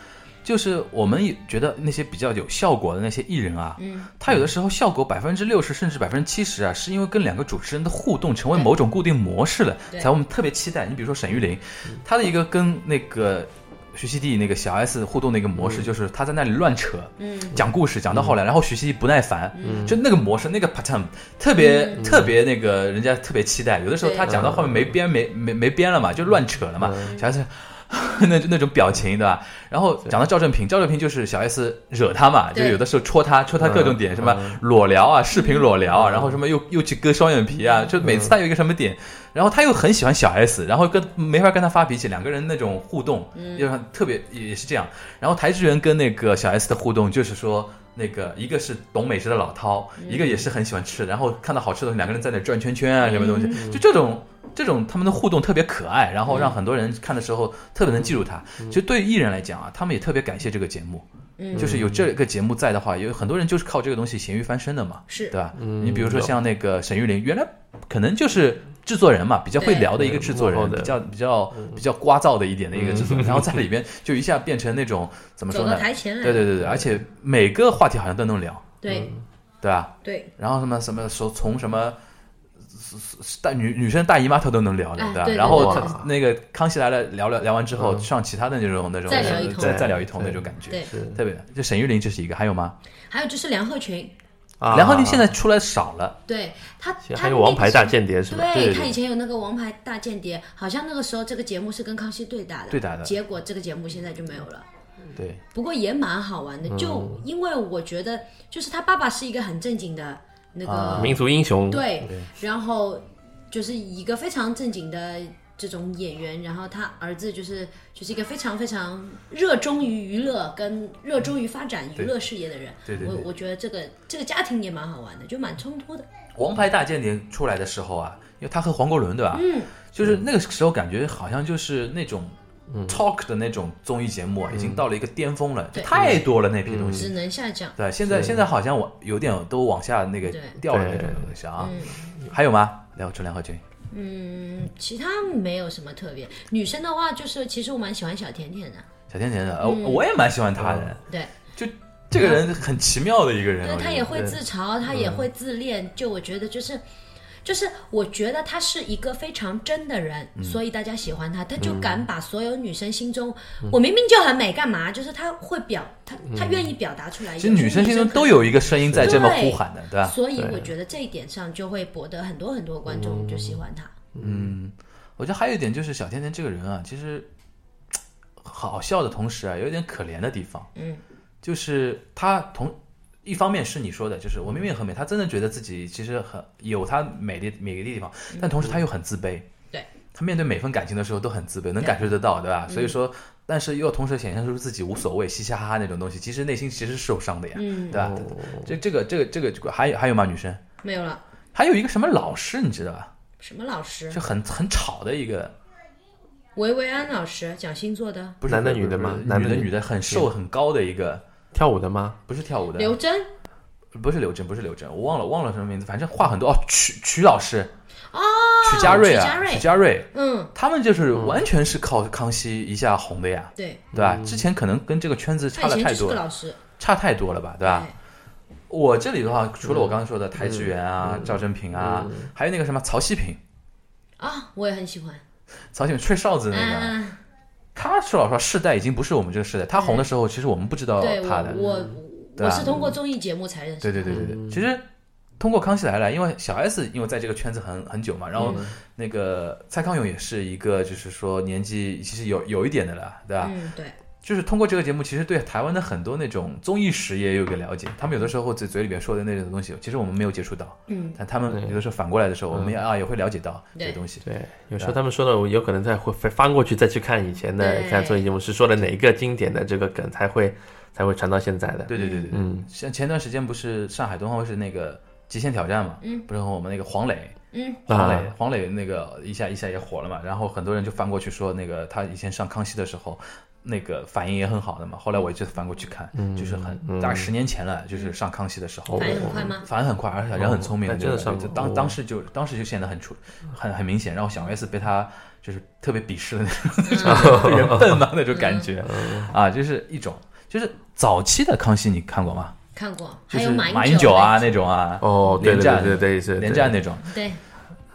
就是我们也觉得那些比较有效果的那些艺人啊，嗯，他有的时候效果百分之六十甚至百分之七十啊，是因为跟两个主持人的互动成为某种固定模式了，对嗯才我们特别期待。你比如说沈玉琳，她的一个跟那个徐熙娣那个小 S 互动的一个模式，就是她在那里乱扯，嗯，讲故事讲到后来，然后徐熙娣不耐烦，嗯就那个模式那个 pattern 特别、特别那个人家特别期待，有的时候嗯对她讲到后面没边没没没边了嘛，就乱扯了嘛，嗯嗯小 S 那那种表情，对吧？然后讲到赵正平，赵正平就是小 S 惹他嘛，就对嗯有的时候戳他，戳他各种点，什么裸聊啊，视频裸聊啊，然后什么又又去割双眼皮啊，就每次他有一个什么点，然后他又很喜欢小 S，然后跟没法跟他发脾气，两个人那种互动，嗯就很特别也是这样。然后台志源跟那个小 S 的互动就是说。那个一个是懂美食的老饕，一个也是很喜欢吃，然后看到好吃的东西，两个人在那转圈圈嗯啊，什么东西，就这种这种他们的互动特别可爱，然后让很多人看的时候特别能记住他。其实对于艺人来讲啊，他们也特别感谢这个节目，嗯就是有这个节目在的话，有很多人就是靠这个东西咸鱼翻身的嘛，是对吧？嗯你比如说像那个沈玉琳，原来可能就是。制作人嘛，比较会聊的一个制作对人，幕后比的嗯较比较比较聒噪的一点的一个制作人，然后在里边就一下变成那种怎么说走到呢？台前来。对对嗯对对，而且每个话题好像都能聊，对对吧？对然后什么什么说从什么大女女生大姨妈她都能聊的，哎吧？对对然后对她那个康熙来了聊了聊完之嗯后，上其他的那种那种再聊一通再再聊一通那种感觉，对，特别就沈玉琳这是一个，还有吗？还有就是梁鹤群，啊梁鹤琳现在出来少了，对他其实他还有那《王个牌节大目间谍》是吧？对啊对他以对，前有那个《王牌大间谍》，好像那个时候这个节目是跟康熙对打的，对打的结果这个节目现在就没有了。对，不过也蛮好玩的，就因为我觉得，就是他爸爸是一个很正经的那个，啊民族英雄，对，然后就是一个非常正经的这种演员，然后他儿子就是就是一个非常非常热衷于娱乐跟热衷于发展娱乐事业的人。对对对我我觉得这个这个家庭也蛮好玩的，就蛮冲突的。 《王牌大间谍》出来的时候啊，因为他和黄国伦对吧？嗯，就是那个时候感觉好像就是那种 talk 的那种综艺节目啊，已经到了一个巅峰了，就嗯对嗯太多了那批东西只。能下降。对，现在现在好像我有点都往下那个对掉了那种东西啊。还有吗？梁陈梁鹤群，嗯，其他没有什么特别。女生的话，就是其实我蛮喜欢小甜甜的，小甜甜的，呃，嗯我也蛮喜欢他的，对，就这个人很奇妙的一个人。但我觉她得嗯也会自嘲，她也会自恋，就我觉得就是。就是我觉得他是一个非常真的人，嗯所以大家喜欢他，他就敢把所有女生心中，嗯我明明就很美，干嘛？就是他会表，他他愿意表达出来。其实女生心中都有一个声音在这么呼喊的，对吧？所以我觉得这一点上就会博得很多很多观众就喜欢他。嗯，我觉得还有一点就是小甜甜这个人啊，其实好笑的同时啊，有一点可怜的地方。嗯，就是她同一方面是你说的，就是我明明很美，她真的觉得自己其实很有她美的美丽的地方，但同时她又很自卑。嗯对，她面对每份感情的时候都很自卑，能感受得到，对吧？所以说，但是又同时显现出自己无所谓、嘻嘻哈哈那种东西，其实内心其实是受伤的呀，嗯对，吧？哦这这个这个这个还有还有吗？女生没有了，还有一个什么老师，你知道吧？什么老师？就很很吵的一个。维维安老师讲星座的，不是男的不是女的不是吗女男的的女女的，很瘦很高的一个，跳舞的吗？不是跳舞的，刘真不是刘真，不是刘真，我忘了忘了什么名字，反正话很多哦。曲曲老师，哦，曲家瑞曲家啊，瑞曲家瑞，嗯，他们就是完全是靠康熙一下红的呀，对，对嗯吧？之前可能跟这个圈子差他以了前太就是多个了，老师，差太多了吧，对吧？我这里的话，除了嗯我刚刚说的台志远啊、赵正平啊，还有那个什么曹希平，啊，我也很喜欢。曹希平吹哨子那个，嗯，他说老实话，世代已经不是我们这个世代，他红的时候，其实我们不知道对他哦的我，我对啊吧我是通过综艺节目才认识。对对对对嗯对，其实通过《康熙来了》，因为小 S 因为在这个圈子很很久嘛，然嗯后那个蔡康永也是一个，就是说年纪其实有有一点的了，对吧？啊嗯，对，就是通过这个节目，其实对台湾的很多那种综艺史也有一个了解。他们有的时候嘴嘴里边说的那种东西，其实我们没有接触到，嗯，但他们有的时候反过来的时候，我们也啊也会了解到这些东西。嗯对，有时候他们说的，我有可能再会翻过去再去看以前的对，看综艺节目是说的哪一个经典的这个梗才会才会传到现在的。对对对对，嗯，像前段时间不是上海东方卫视那个《极限挑战》嘛，嗯，不是和我们那个黄磊，嗯，黄磊啊，黄磊那个一下一下也火了嘛，然后很多人就翻过去说那个他以前上康熙的时候，那个反应也很好的嘛。后来我一直翻过去看，嗯就是很大概十年前了，就是上康熙的时候，反应很快吗？反应很快，而且人很聪明哦的，那真的对上就过当哦当时就当时就显得很出很很明显，然后小 S 被他就是特别鄙视的嗯 那种就 是人笨嘛那种感觉，啊，就是一种就是早期的康熙你看过吗？看 过，就还是有马英英九啊那那种啊，哦，对连对战对对对对，连战那种。对，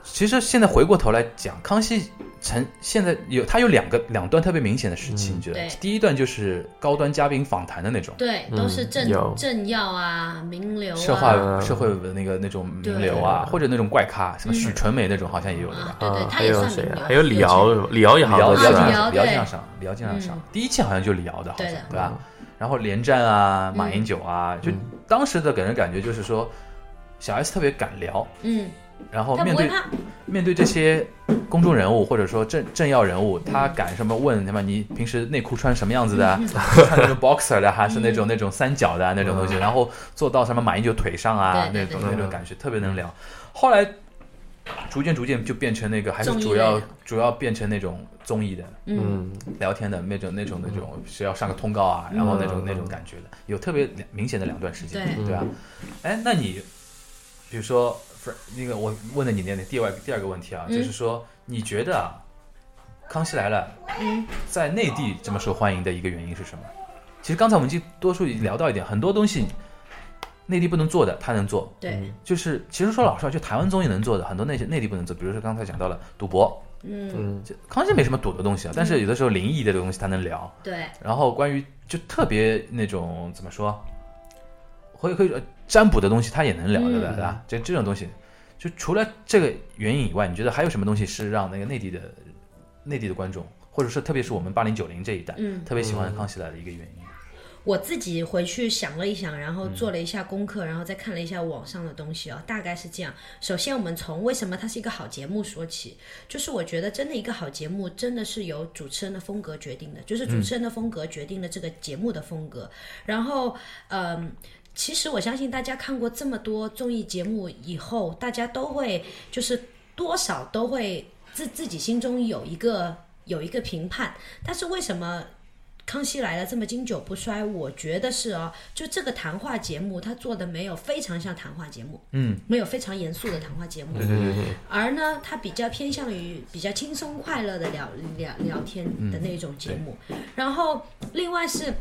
其实现在回过头来讲，康熙成现在有他有两个两段特别明显的时期，你觉得对？第一段就是高端嘉宾访谈的那种对，嗯都是政有政要啊，名流社啊，会社会的那个那种名流啊，对或者那种怪咖，什么许纯美那种好像也有对吧啊？对对，啊，他还也有算谁名啊流，？还有李敖，嗯李敖也好聊多啊是经李吧？常敖聊对经常上，聊经常上嗯，第一期好像就聊的，好像对的嗯对吧？嗯然后连战啊，马英九啊，就当时的给人感觉就是说，小 S 特别敢聊，嗯，然后他哦面不对会怕，面对这些公众人物或者说政政要人物，他敢什么问他妈你平时内裤穿什么样子的 啊？穿那种 boxer 的还是那嗯种那种三角的啊那种东西？然后坐到什么马英九腿上啊对那对种对那种感觉，特别能聊。后来逐渐逐渐就变成那个还是综艺主要类的主要变成那种综艺的嗯，嗯，聊天的那种那种那种是要上个通告啊，然后那种那种感觉的，有特别两明显的两段时间，对对吧？哎，那你比如说不是那个我问的你那第二个第二个问题啊，嗯就是说你觉得啊，《康熙来了》嗯在内地这么受欢迎的一个原因是什么？其实刚才我们已经多数已经聊到一点，很多东西内地不能做的，他能做。嗯对，嗯就是其实说老实话，就台湾综艺能做的很多内内地不能做，比如说刚才讲到了赌博，嗯，就康熙没什么赌的东西啊，但是有的时候灵异的东西他能聊，对，嗯然后关于就特别那种怎么说，会会呃占卜的东西，他也能聊，对吧？对吧？这这种东西，就除了这个原因以外，你觉得还有什么东西是让那个内地的内地的观众，或者说特别是我们八零九零这一代，嗯特别喜欢康熙来的一个原因？我自己回去想了一想，然后做了一下功课，然后再看了一下网上的东西哦，大概是这样。首先，我们从为什么它是一个好节目说起，就是我觉得真的一个好节目真的是由主持人的风格决定的，就是主持人的风格决定了这个节目的风格。然后，嗯。其实我相信大家看过这么多综艺节目以后，大家都会就是多少都会自自己心中有一个有一个评判，但是为什么康熙来了这么经久不衰，我觉得是哦，就这个谈话节目，它做的没有非常像谈话节目，嗯，没有非常严肃的谈话节目，对对对而呢，它比较偏向于比较轻松嗯快乐的聊聊聊天的那种节目，然后另外是。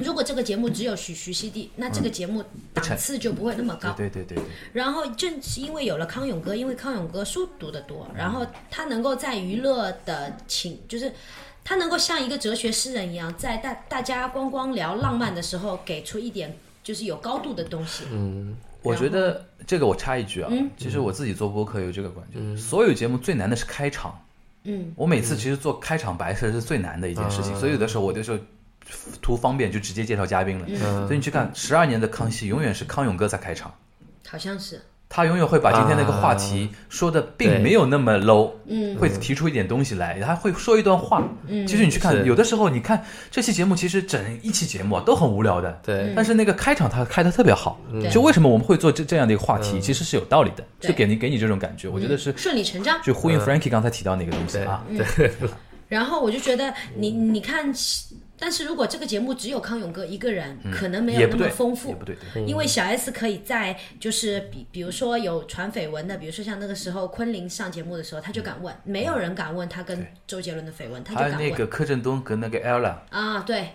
如果这个节目只有许徐熙娣，那这个节目档次嗯就不会那么高。对对对对对，然后正是因为有了康永哥，因为康永哥书读得多，然后他能够在娱乐的情，就是他能够像一个哲学诗人一样，在大大家光光聊浪漫的时候，给出一点就是有高度的东西。嗯我然嗯觉得这个我插一句啊，其实我自己做播客有这个感觉，所有节目最难的是开场。嗯，我每次其实做开场白是是最难的一件事情，所以有的时候我就说图方便就直接介绍嘉宾了。嗯所以你去看十二年的康熙，永远是康永哥在开场，好像是。他永远会把今天那个话题说的并没有那么 low，嗯会提出一点东西来，他会说一段话。其实你去看，是有的时候你看这期节目，其实整一期节目啊都很无聊的，嗯对但是那个开场他开的特别好，就为什么我们会做这这样的一个话题，其实是有道理的，对嗯就给你给你这种感觉，我觉得是顺理成章。就呼应 Frankie 刚才提到那个东西对啊，嗯然后我就觉得你你看，但是如果这个节目只有康永哥一个人，可能没嗯也有那不么对，丰富也。不对，对因为小 S 可以在就是比比如说有传绯闻的，比如说像那个时候昆凌上节目的时候，他就敢问，嗯没有人敢问他跟周杰伦的绯闻，他还就有敢那问个柯震东跟那个 Ella 啊，对，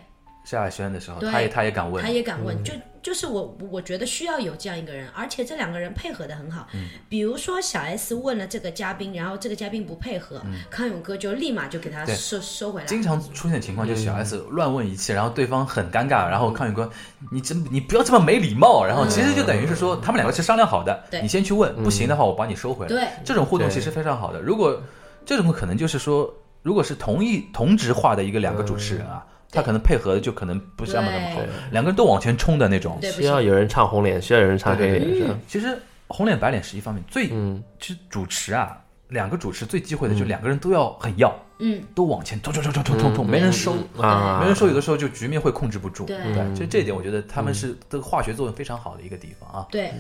萧亚轩的时候，对他也他也敢问嗯他，也敢问，就就是我我觉得需要有这样一个人，而且这两个人配合的很好。嗯比如说小 S 问了这个嘉宾，然后这个嘉宾不配合，康永哥就立马就给他嗯对收收回来。经常出现情况就是小 S 乱问一气，然后对方很尴尬，然后康永哥，嗯你真你不要这么没礼貌，然后其实就等于是说他们两个是商量好的对，你先去问，不行的话我把你收回来。对，这种互动对其实非常好的。如果这种可能就是说，如果是同一同质化的一个两个主持人啊，他可能配合的就可能不是那么那么好嗯对，两个人都往前冲的那种。对不需要起，有人唱红脸，需要有人唱黑嗯脸，是吧？其实红脸白脸是一方面，最嗯，其实主持啊，两个主持最忌讳的就两个人都要很要，嗯，都往前冲冲冲冲冲冲冲，没人收。啊，没人收，有的时候就局面会控制不住，对嗯对，所以这一点我觉得他们是这个化学作用非常好的一个地方啊。对。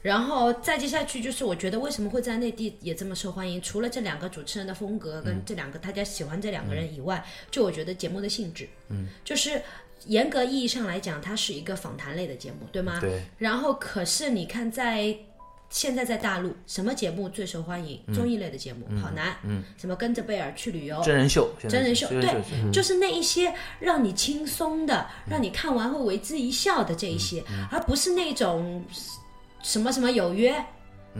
然后再接下去就是，我觉得为什么会在内地也这么受欢迎？除了这两个主持人的风格跟这两个大家喜欢这两个人以外，就我觉得节目的性质，嗯，就是严格意义上来讲，它是一个访谈类的节目，嗯对吗？对，然后可是你看在。现在在大陆，什么节目最受欢迎？综艺类的节目，好难。嗯，什么跟着贝尔去旅游，真人秀，现在哦真人秀，真人对秀是，就是那一些让你轻松的，让你看完会为之一笑的这一些，而不是那种什么什么有约。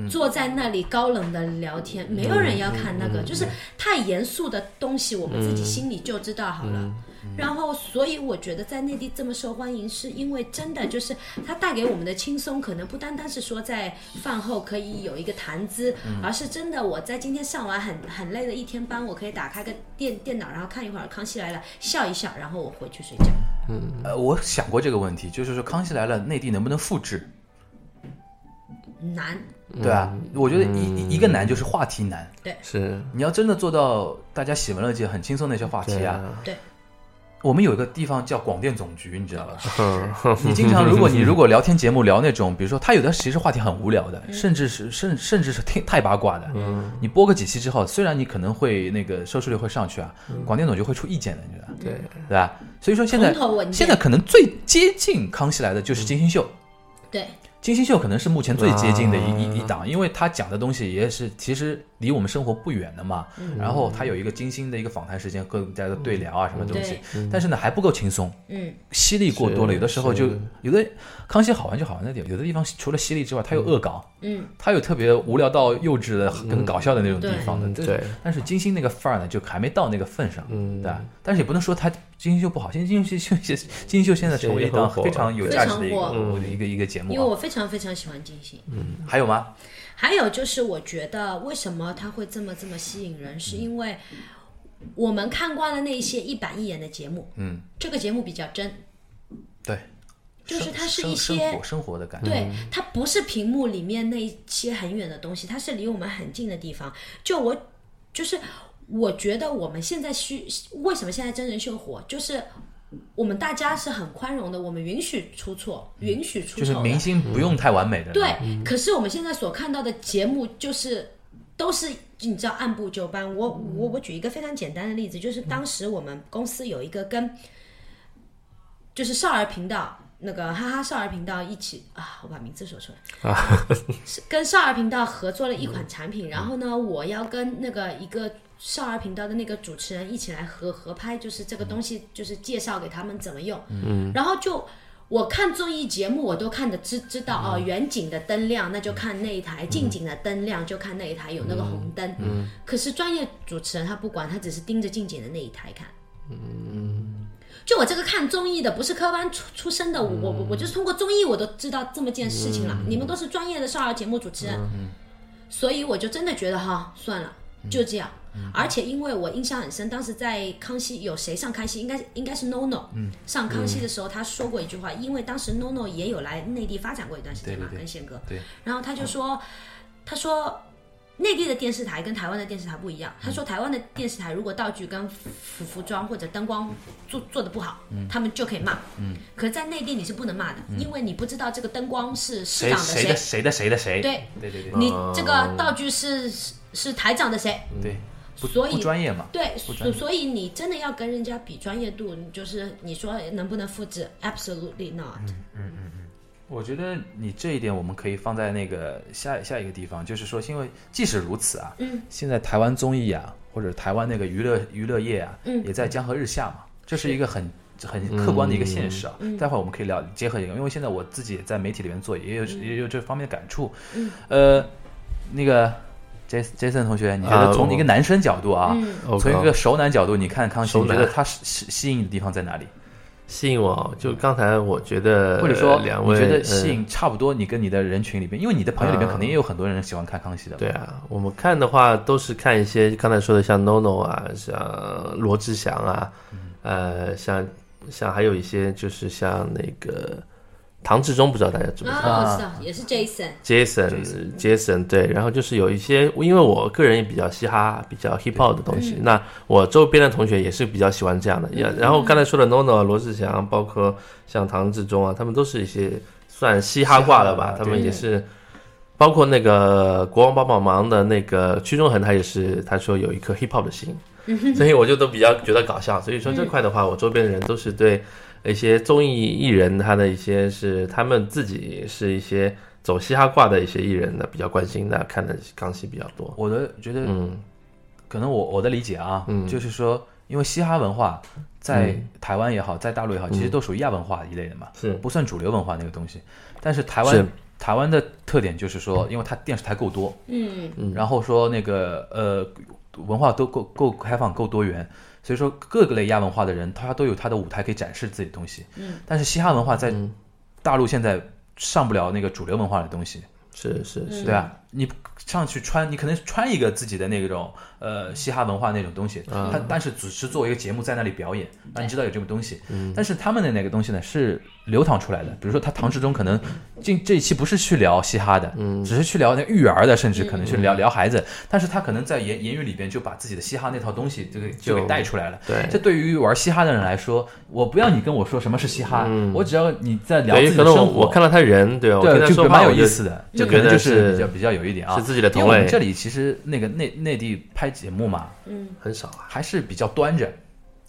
坐在那里高冷的聊天，没有人要看那个，就是太严肃的东西，我们自己心里就知道好了。然后，所以我觉得在内地这么受欢迎，是因为真的就是它带给我们的轻松，可能不单单是说在饭后可以有一个谈资，嗯而是真的我在今天上完很很累的一天班，我可以打开个电电脑，然后看一会儿《康熙来了》，笑一笑，然后我回去睡觉。呃，我想过这个问题，就是说《康熙来了》内地能不能复制？难，对啊，我觉得一一个难就是话题难。是，你要真的做到大家喜闻乐见、很轻松的一些话题对啊，啊，对，我们有一个地方叫广电总局，你知道吧？嗯，你经常如果 你如果聊天节目聊那种，比如说他有的其实话题很无聊的，甚至是甚甚至是太太八卦嗯的，你播个几期之后，虽然你可能会那个收视率会上去啊，广电总局会出意见的，你知道吧？对，对吧？所以说现在从头稳健现在可能最接近康熙来的就是金星秀。对，金星秀可能是目前最接近的一、啊一一档，因为他讲的东西也是其实离我们生活不远的嘛。然后他有一个精心的一个访谈时间，跟大家对聊啊什么东西嗯对，但是呢还不够轻松，嗯，犀利过多了。是有的时候就是有的康熙好玩就好玩在点，有的地方除了犀利之外，他有恶搞，嗯，他有特别无聊到幼稚的跟搞笑的那种地方的。嗯这对，但是金星那个范儿呢，就还没到那个份上，嗯对吧？啊但是也不能说他金星秀不好，现在金星秀现金星秀现在成为一档是很火非常有价值的一非常火个一个一个节目因为啊。我非常非常喜欢金星。还有吗？还有就是，我觉得为什么它会这么这么吸引人，是因为我们看惯了那一些一板一眼的节目，嗯，这个节目比较真，对，就是生它是生一生些嗯活生活的感觉，对，它不是屏幕里面那一些很远的东西，它是离我们很近的地方。就我，就是我觉得我们现在需为什么现在真人秀火，就是我们大家是很宽容的，我们允许出错，允许出嗯就是丑的明。星不用太完美的，对，，可是我们现在所看到的节目就是都是你知道按部就班。我我我举一个非常简单的例子，就是当时我们公司有一个跟就是少儿频道那个哈哈少儿频道一起啊，我把名字说出来。是跟少儿频道合作了一款产品，然后呢，我要跟那个一个少儿频道的那个主持人一起来合合拍，就是这个东西，就是介绍给他们怎么用。嗯，然后就我看综艺节目，我都看的知知道哦，远景的灯亮那就看那一台，近景的灯亮就看那一台，有那个红灯。嗯，可是专业主持人他不管，他只是盯着近景的那一台看。就我这个看综艺的，不是科班出出身的，我嗯我我就是通过综艺我都知道这么件事情了。你们都是专业的少儿节目主持人，嗯所以我就真的觉得哈，算了，就这样。嗯而且因为我印象很深，当时在康熙有谁上康熙，应该应该是 NONO，上嗯康熙的时候他说过一句话，因为当时 NONO 也有来内地发展过一段时间嘛，对对对跟宪哥，对，然后他就说，他说内地的电视台跟台湾的电视台不一样。他嗯说台湾的电视台如果道具跟服服装或者灯光做做的不好，他们就可以骂。嗯，可在内地你是不能骂的，因为你不知道这个灯光是市嗯谁长谁的谁的谁的哦谁，对嗯对对对你这个道具是是是台长的谁，对，不所以不专业嘛，对，不所专所以你真的要跟人家比专业度，就是你说能不能复制？Absolutely not。嗯我觉得你这一点我们可以放在那个下下一个地方，就是说，因为即使如此啊，嗯，现在台湾综艺啊，或者台湾那个娱乐娱乐业啊，嗯也在江河日下嘛，这是一个很。很客观的嗯一个现实啊，待会儿我们可以聊结合一个，因为现在我自己也在媒体里面做，也有、嗯也有这方面的感触。嗯、呃，那个 Jason Jason 同学，你觉得啊从一个我男生角度啊，嗯，我从一靠个熟男角度，你看康熙，熟你觉男得他吸吸引你的地方在哪里？吸引我，就刚才我觉得，或者说呃两你位觉得嗯吸引差不多，你跟你的人群里边，因为你的朋友里边肯定也有很多人喜欢看康熙的，对啊，我们看的话都是看一些刚才说的像 NONO 啊，像罗志祥啊，呃，像像还有一些就是像那个唐志中，不知道大家知不知道、啊，我知道，也是 Jason。 j a s o 嗯 n Jason 对，然后就是有一些，因为我个人也比较嘻哈，比较 hip hop 的东嗯西，那我周边的同学也是比较喜欢这样的。也然后刚才说的 NONO 啊、罗志祥，包括像唐志中啊，他们都是一些算嘻哈挂的吧嘻哈，他对们也是。包括那个国王帮帮忙的那个屈中恒，他也是他说有一颗 hip hop 的心，所以我就都比较觉得搞笑。所以说这块的话，我周边的人都是对一些综艺艺人，他的一些是他们自己是一些走嘻哈挂的一些艺人呢，比较关心的，看的康熙比较多。我的觉得嗯，可能我我的理解啊，就是说，因为嘻哈文化在嗯台湾也好，在大陆也好，其实都属于亚文化一类的嘛，是不算主流文化那个东西。但是台是湾台湾的特点就是说，因为它电视台够多，嗯，然后说那个呃文化都够够开放够多元，所以说各个类亚文化的人他都有他的舞台可以展示自己的东西。嗯，但是嘻哈文化在大陆现在上不了那个主流文化的东西，是是是，对啊，你上去穿，你可能穿一个自己的那种呃嘻哈文化那种东西，嗯他但是只是作为一个节目在那里表演，让你知道有这么东西。嗯但是他们的那个东西呢是流淌出来的，比如说他唐志中可能嗯这这一期不是去聊嘻哈的，只是去聊那个育儿的，甚至可能去聊嗯聊孩子，但是他可能在言言语里边就把自己的嘻哈那套东西就给就给带出来了。嗯对这对于玩嘻哈的人来说，我不要你跟我说什么是嘻哈，我只要你在聊嗯对，自己可的能生我活。我看到他人，对啊，我对，跟就他觉说得话蛮有我就意思的，就这觉可能得就是比较是比较有一点啊，是自己的同因为我们类这里其实那个内内地拍节目嘛，很少啊，还是比较端着，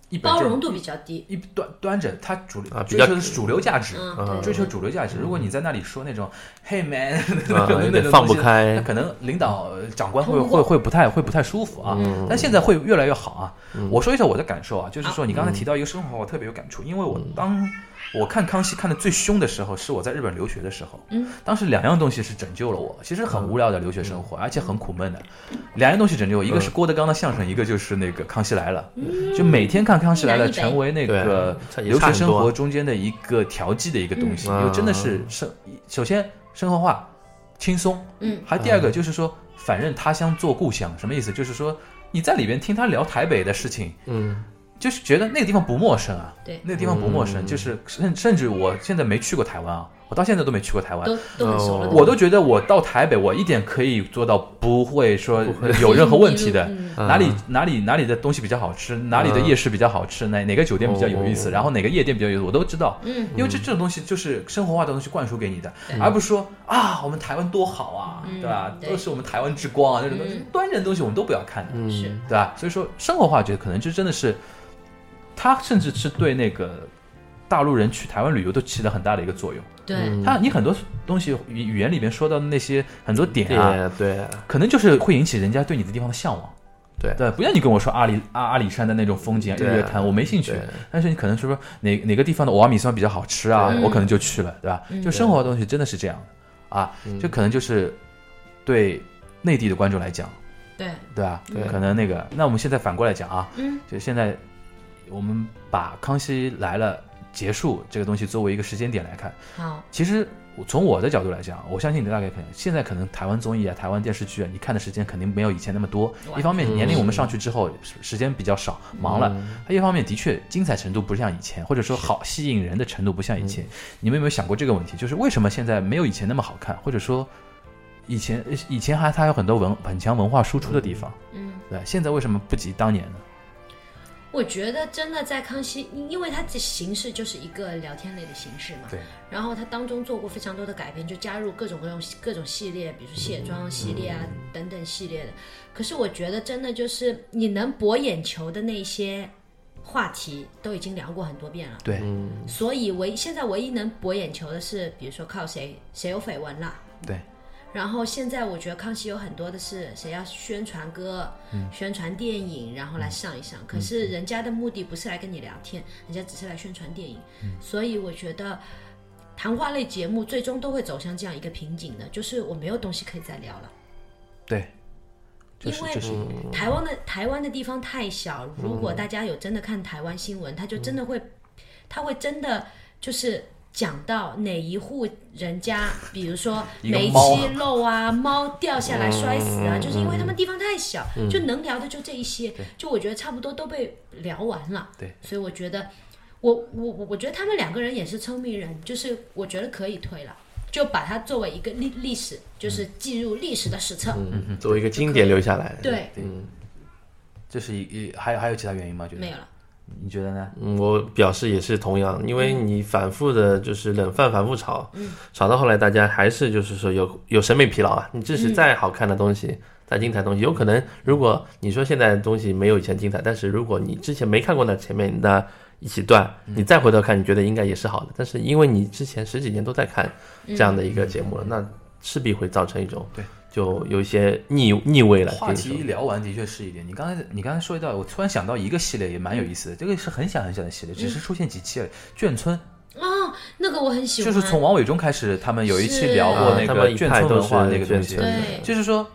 一本包正容度比较低。一端端着，它主流啊比追较求的是主流价值，嗯对追求主流价值。如果你在那里说那种 “Hey man”，啊 那种有 那点种放不东西开那可能领导呃长官会通不会过会不太会不太舒嗯服啊。但现在会越来越好啊。我说一下我的感受啊，就是说你刚才提到一个生活，我特别有感触，因为我嗯当我看康熙看的最凶的时候，是我在日本留学的时候。嗯当时两样东西是拯救了我，其实很无聊的留学生活，嗯而且很苦闷的。两样东西拯救我，一个是郭德纲的相声，一个就是那个《康熙来了》，就每天看《康熙来一了南》，一北成为那个嗯对啊留学生也差很活多中间的一个调剂的一个东西，嗯因为真的是生，首先生活化、轻松，嗯，还有第二个就是说，反认他乡做故乡，什么意思？就是说你在里边听他聊台北的事情，嗯，就是觉得那个地方不陌生啊，对那个地方不陌生，就是甚甚至我现在没去过台湾啊，我到现在都没去过台湾，都都很熟了。嗯我都觉得我到台北，我一点可以做到不会说有任何问题 的。嗯哪里哪里哪里的东西比较好吃，哪里的夜市比较好吃，哪哪个酒店比较有意思，然后哪个夜店比较有意思，我都知道。嗯，因为这这种东西就是生活化的东西灌输给你的，而不是说啊我们台湾多好啊，对吧？对都是我们台湾之光啊，那种东西端着的东西我们都不要看的，嗯是对吧？所以说生活化，觉得可能就真的是，它甚至是对那个大陆人去台湾旅游都起了很大的一个作用。对，嗯它你很多东西语语言里面说到的那些很多点对啊，啊对啊，可能就是会引起人家对你的地方的向往。对对，不要你跟我说阿里阿阿里山的那种风景、日对啊月潭，我没兴趣对。但是你可能说说哪哪个地方的瓦米酸比较好吃啊，对嗯我可能就去了，对吧？就生活的东西真的是这样啊，嗯这可能就是对内地的观众来讲，对，对吧？对可能那个，那我们现在反过来讲啊，嗯就现在我们把《康熙来了》结束这个东西作为一个时间点来看，好，其实我从我的角度来讲，我相信你大概可能现在可能台湾综艺啊、台湾电视剧啊，你看的时间肯定没有以前那么多。哇一方面嗯年龄我们上去之后，时时间比较少，忙了；还有一方面的确精彩程度不像以前，或者说好吸引人的程度不像以嗯前。你们有没有想过这个问题？就是为什么现在没有以前那么好看，或者说？以前呃以前还它有很多文很强文化输出的地方，嗯。对，现在为什么不及当年呢？我觉得真的在康熙，因因为它的形式就是一个聊天类的形式嘛。对。然后它当中做过非常多的改编，就加入各种各种各种系列，比如说卸妆系列啊、嗯等等系列的。可是我觉得真的就是你能博眼球的那些话题都已经聊过很多遍了，对，嗯所以唯现在唯一能博眼球的是，比如说靠谁谁有绯闻了。对。然后现在我觉得康熙有很多的是谁要宣传歌、宣传电影，然后来上一上。可是人家的目的不是来跟你聊天，人家只是来宣传电影。所以我觉得谈话类节目最终都会走向这样一个瓶颈的，就是我没有东西可以再聊了。对，这因是为这是嗯台湾的台湾的地方太小，嗯如果大家有真的看台湾新闻，他就真的会，他会真的就是讲到哪一户人家，比如说一个煤猫嗯气漏啊，猫掉下来摔死啊，就是因为他们地方太小，就能聊的就这一些，就我觉得差不多都被聊完了。对，所以我觉得。我我我我觉得他们两个人也是聪明人，就是我觉得可以推了，就把它作为一个历历史，就是嗯进入历史的史册。嗯，作为一个经典留下来。对，这是一一还有还有其他原因吗？觉得没有了。你觉得呢？嗯，我表示也是同样，因为你反复的就是冷饭反复炒，炒到后来大家还是就是说有有审美疲劳啊。你即使再好看的东西，再精彩的东西，有可能如果你说现在的东西没有以前精彩，但是如果你之前没看过那前面那一起段，你再回头看，你觉得应该也是好的。但是因为你之前十几年都在看这样的一个节目了，那势必会造成一种对。就有一些腻腻味了，话可以说题一聊完，的确是一点。你刚才你刚才说到，我突然想到一个系列也蛮有意思的，这个是很小很小的系列，嗯只是出现几期而已。眷村哦，那个我很喜就欢，是从王伟忠开始，他们有一期是聊过啊那他个们一眷派村都文化是那个东眷西村，对就是说。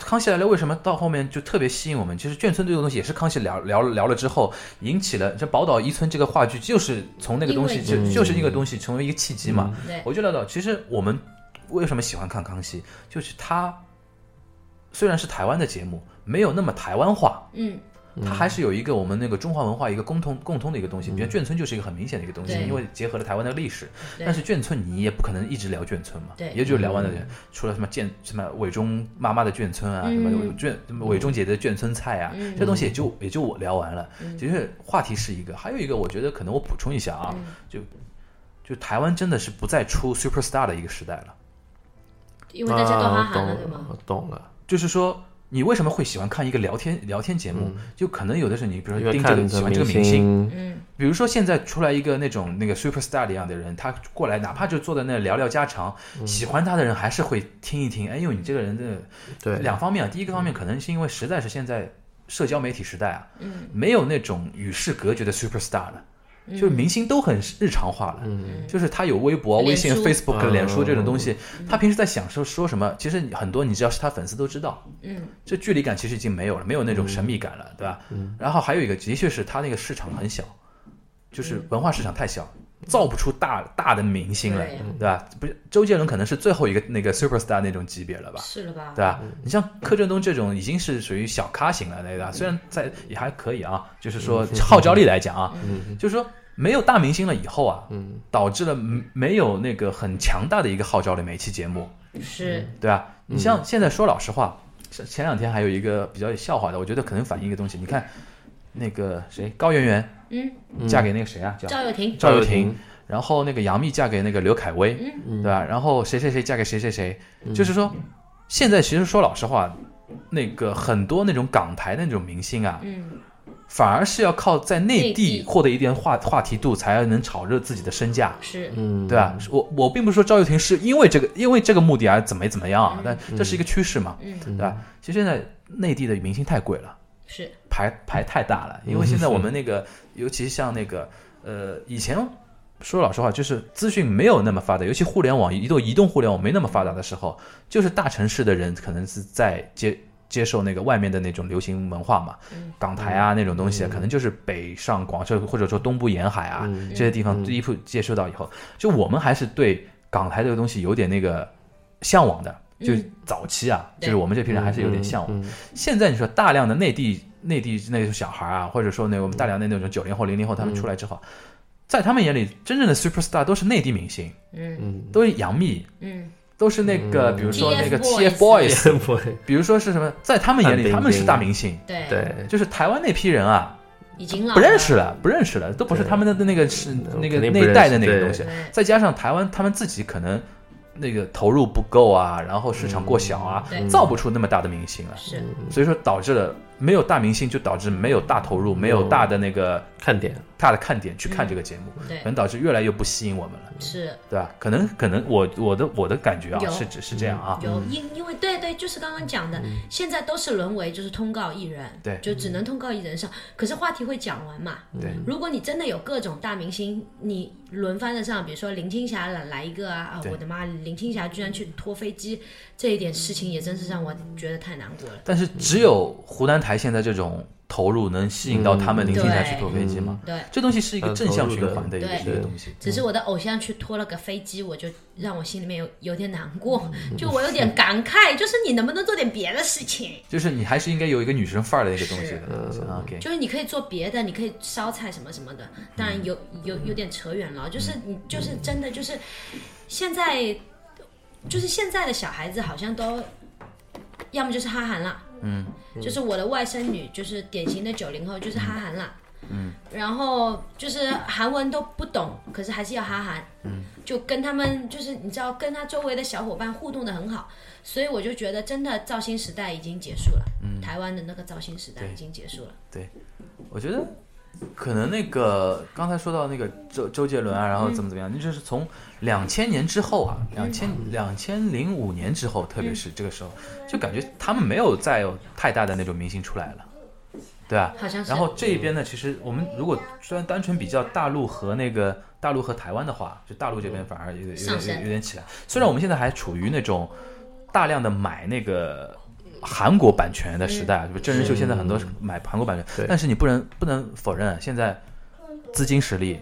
康熙来了为什么到后面就特别吸引我们？其实眷村这个东西也是康熙聊聊聊了之后引起了，这宝岛一村这个话剧就是从那个东西因嗯就嗯就是那个东西成为一个契机嘛。对我就聊到，其实我们为什么喜欢看康熙，就是他虽然是台湾的节目，没有那么台湾化，嗯它还是有一个我们那个中华文化一个共同共通的一个东西，比嗯如眷村就是一个很明显的一个东西，对因为结合了台湾的历史。对但是眷村你也不可能一直聊眷村嘛，对也就聊完嗯了，除了什么建什么伟忠妈妈的眷村啊，嗯什么眷什么伟忠姐姐的眷村菜啊，嗯这东西也就也就我聊完了。其实话题是一个，还有一个我觉得可能我补充一下啊，嗯就就台湾真的是不再出 super star 的一个时代了。因为大家都哈啊韩懂了，了对吗？，懂了。就是说，你为什么会喜欢看一个聊天聊天节目？就可能有的时候你比如嗯因说为盯这看个喜欢这个明星，嗯，比如说现在出来一个那种那个 super star 一样的人，他过来哪怕就坐在那聊聊家常，嗯喜欢他的人还是会听一听。哎呦，你这个人的对，两方面啊，第一个方面可能是因为实在是现在社交媒体时代啊，嗯没有那种与世隔绝的 super star 了。就是明星都很日常化了，就是他有微博、微嗯脸信、书 Facebook、脸书嗯这种东西，他平时在想说说什么，其实很多你只要是他粉丝都知道，嗯，这距离感其实已经没有了，没有那种神秘感了，对吧？然后还有一个，的确是他那个市场很小，就是嗯文化市场太小，造不出大大的明星来对，对吧？不是周杰伦可能是最后一个那个 super star 那种级别了吧？是嗯了吧？对吧？你像柯震东这种已经是属于小咖型了，对吧？虽然在也还可以啊，就是说嗯号召力来讲啊，就是说没有大明星了以后啊，嗯导致了没有那个很强大的一个号召力，每期节目，是，对吧？你像现在说老实话，像前两天还有一个比较有笑话的，我觉得可能反映一个东西。你看那个谁，高圆圆嗯，嫁给那个谁啊，叫赵又廷，赵又赵又廷廷，然后那个杨幂嫁给那个刘恺威，嗯对吧？然后谁谁谁嫁给谁谁谁，就是说现在其实说老实话，那个很多那种港台那种明星啊，嗯，反而是要靠在内内地地获得一点话话题度，才能炒热自己的身价。是，嗯，对吧？我我并不是说赵又廷是因为这个因为这个目的而怎么怎么样啊，但这是一个趋势嘛，嗯对吧？其实现在内地的明星太贵了，是牌牌太大了，因为现在我们那个，尤其像那个呃，以前说老实话，就是资讯没有那么发达，尤其互联网移动移动互联网没那么发达的时候，就是大城市的人可能是在接接受那个外面的那种流行文化嘛，嗯港台啊那种东西，可能就是北上广就或者说东部沿海啊、嗯这些地方第一步接收到以后，就我们还是对港台这个东西有点那个向往的。就嗯早期啊，对就是我们这批人还是有点向往的。嗯嗯现在你说大量的内地内地那种小孩啊，或者说那我们大量的那种九零后、零零后他们出来之后，在他们眼里，真正的 super star 都是内地明星，嗯嗯都是杨幂，嗯，都是那个、比如说那个 TFBOYS TFBOYS， 嗯，不会，比如说是什么，在他们眼范里冰他们是冰大明星，对，对，就是台湾那批人啊，已经老不认识了，了，不认识了，都不是他们的那个是嗯那个肯定不那认识一代的那个东西对，，再加上台湾他们自己可能那个投入不够啊，然后市场过小啊，嗯对造不出那么大的明星来。是所以说导致了没有大明星，就导致没有大投入，没有大的那个看点，大的看点去看这个节目，对可能导致越来越不吸引我们了，是。对吧？可能可能我我的我的感觉啊有是只是这样啊，有因因为对对，就是刚刚讲的，现在都是沦为就是通告艺人，嗯对就只能通告艺人上。可是话题会讲完嘛？对，如果你真的有各种大明星，你轮番的上，比如说林青霞来来一个啊，啊，对我的妈，林青霞居然去拖飞机，这一点事情也真是让我觉得太难过了。但是只有湖南台现在这种投入能吸引到他嗯们林青霞去坐飞机吗？对，这东西是呃一个正向循环的一个对一个东西。只是我的偶像去拖了个飞机，我就让我心里面有有点难过，就我有点感慨，就是你能不能做点别的事情？就是你还是应该有一个女神范儿的一个东西的啊，OK，就是你可以做别的，你可以烧菜什么什么的。当然有有有点扯远了，就是你就是真的就是现在就是现在的小孩子好像都要么就是哈韩啦，嗯，就是我的外甥女就是典型的九零后，就是哈韩啦。嗯，然后就是韩文都不懂，可是还是要哈韩，嗯，就跟他们就是你知道跟他周围的小伙伴互动的很好，所以我就觉得真的造星时代已经结束了，嗯，台湾的那个造星时代已经结束了。我觉得可能那个刚才说到那个周周杰伦啊，然后怎么怎么样，那就是从两千年之后啊，两千两千零五年之后，特别是这个时候，就感觉他们没有再有太大的那种明星出来了，对吧？好像是。然后这边呢，其实我们如果虽然单纯比较大陆和那个大陆和台湾的话，就大陆这边反而有点有点上有升点有点起来。嗯虽然我们现在还处于那种大量的买那个韩国版权的时代，啊嗯就是真人秀现在很多是买韩国版权对，但是你不能不能否认，啊现在资金实力、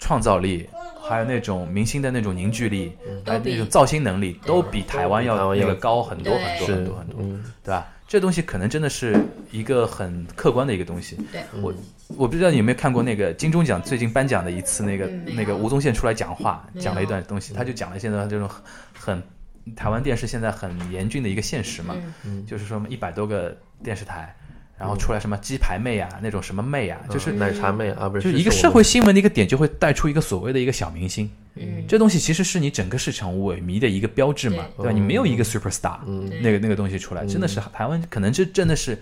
创造力，还有那种明星的那种凝聚力，还有嗯都比那种造星能力，都比台湾台要湾那要个高很多对很多是很多很多。嗯对吧？这东西可能真的是一个很客观的一个东西。对嗯我，我不知道你有没有看过那个金钟奖最近颁奖的一次，那个、嗯没有那个吴宗宪出来讲话，没有嗯讲了一段东西，他就讲了现在这种很很台湾电视现在很严峻的一个现实嘛，嗯就是说一百多个电视台，然嗯后出来什么鸡排妹啊，那种什么妹啊，就是、奶茶妹啊，不是，就是一个是社我们会新闻的一个点，就会带出一个所谓的一个小明星。嗯，这东西其实是你整个市场萎靡的一个标志嘛，对对嗯吧？你没有一个 superstar，、嗯对那个那个东西出来，真的是台湾可能就真的是，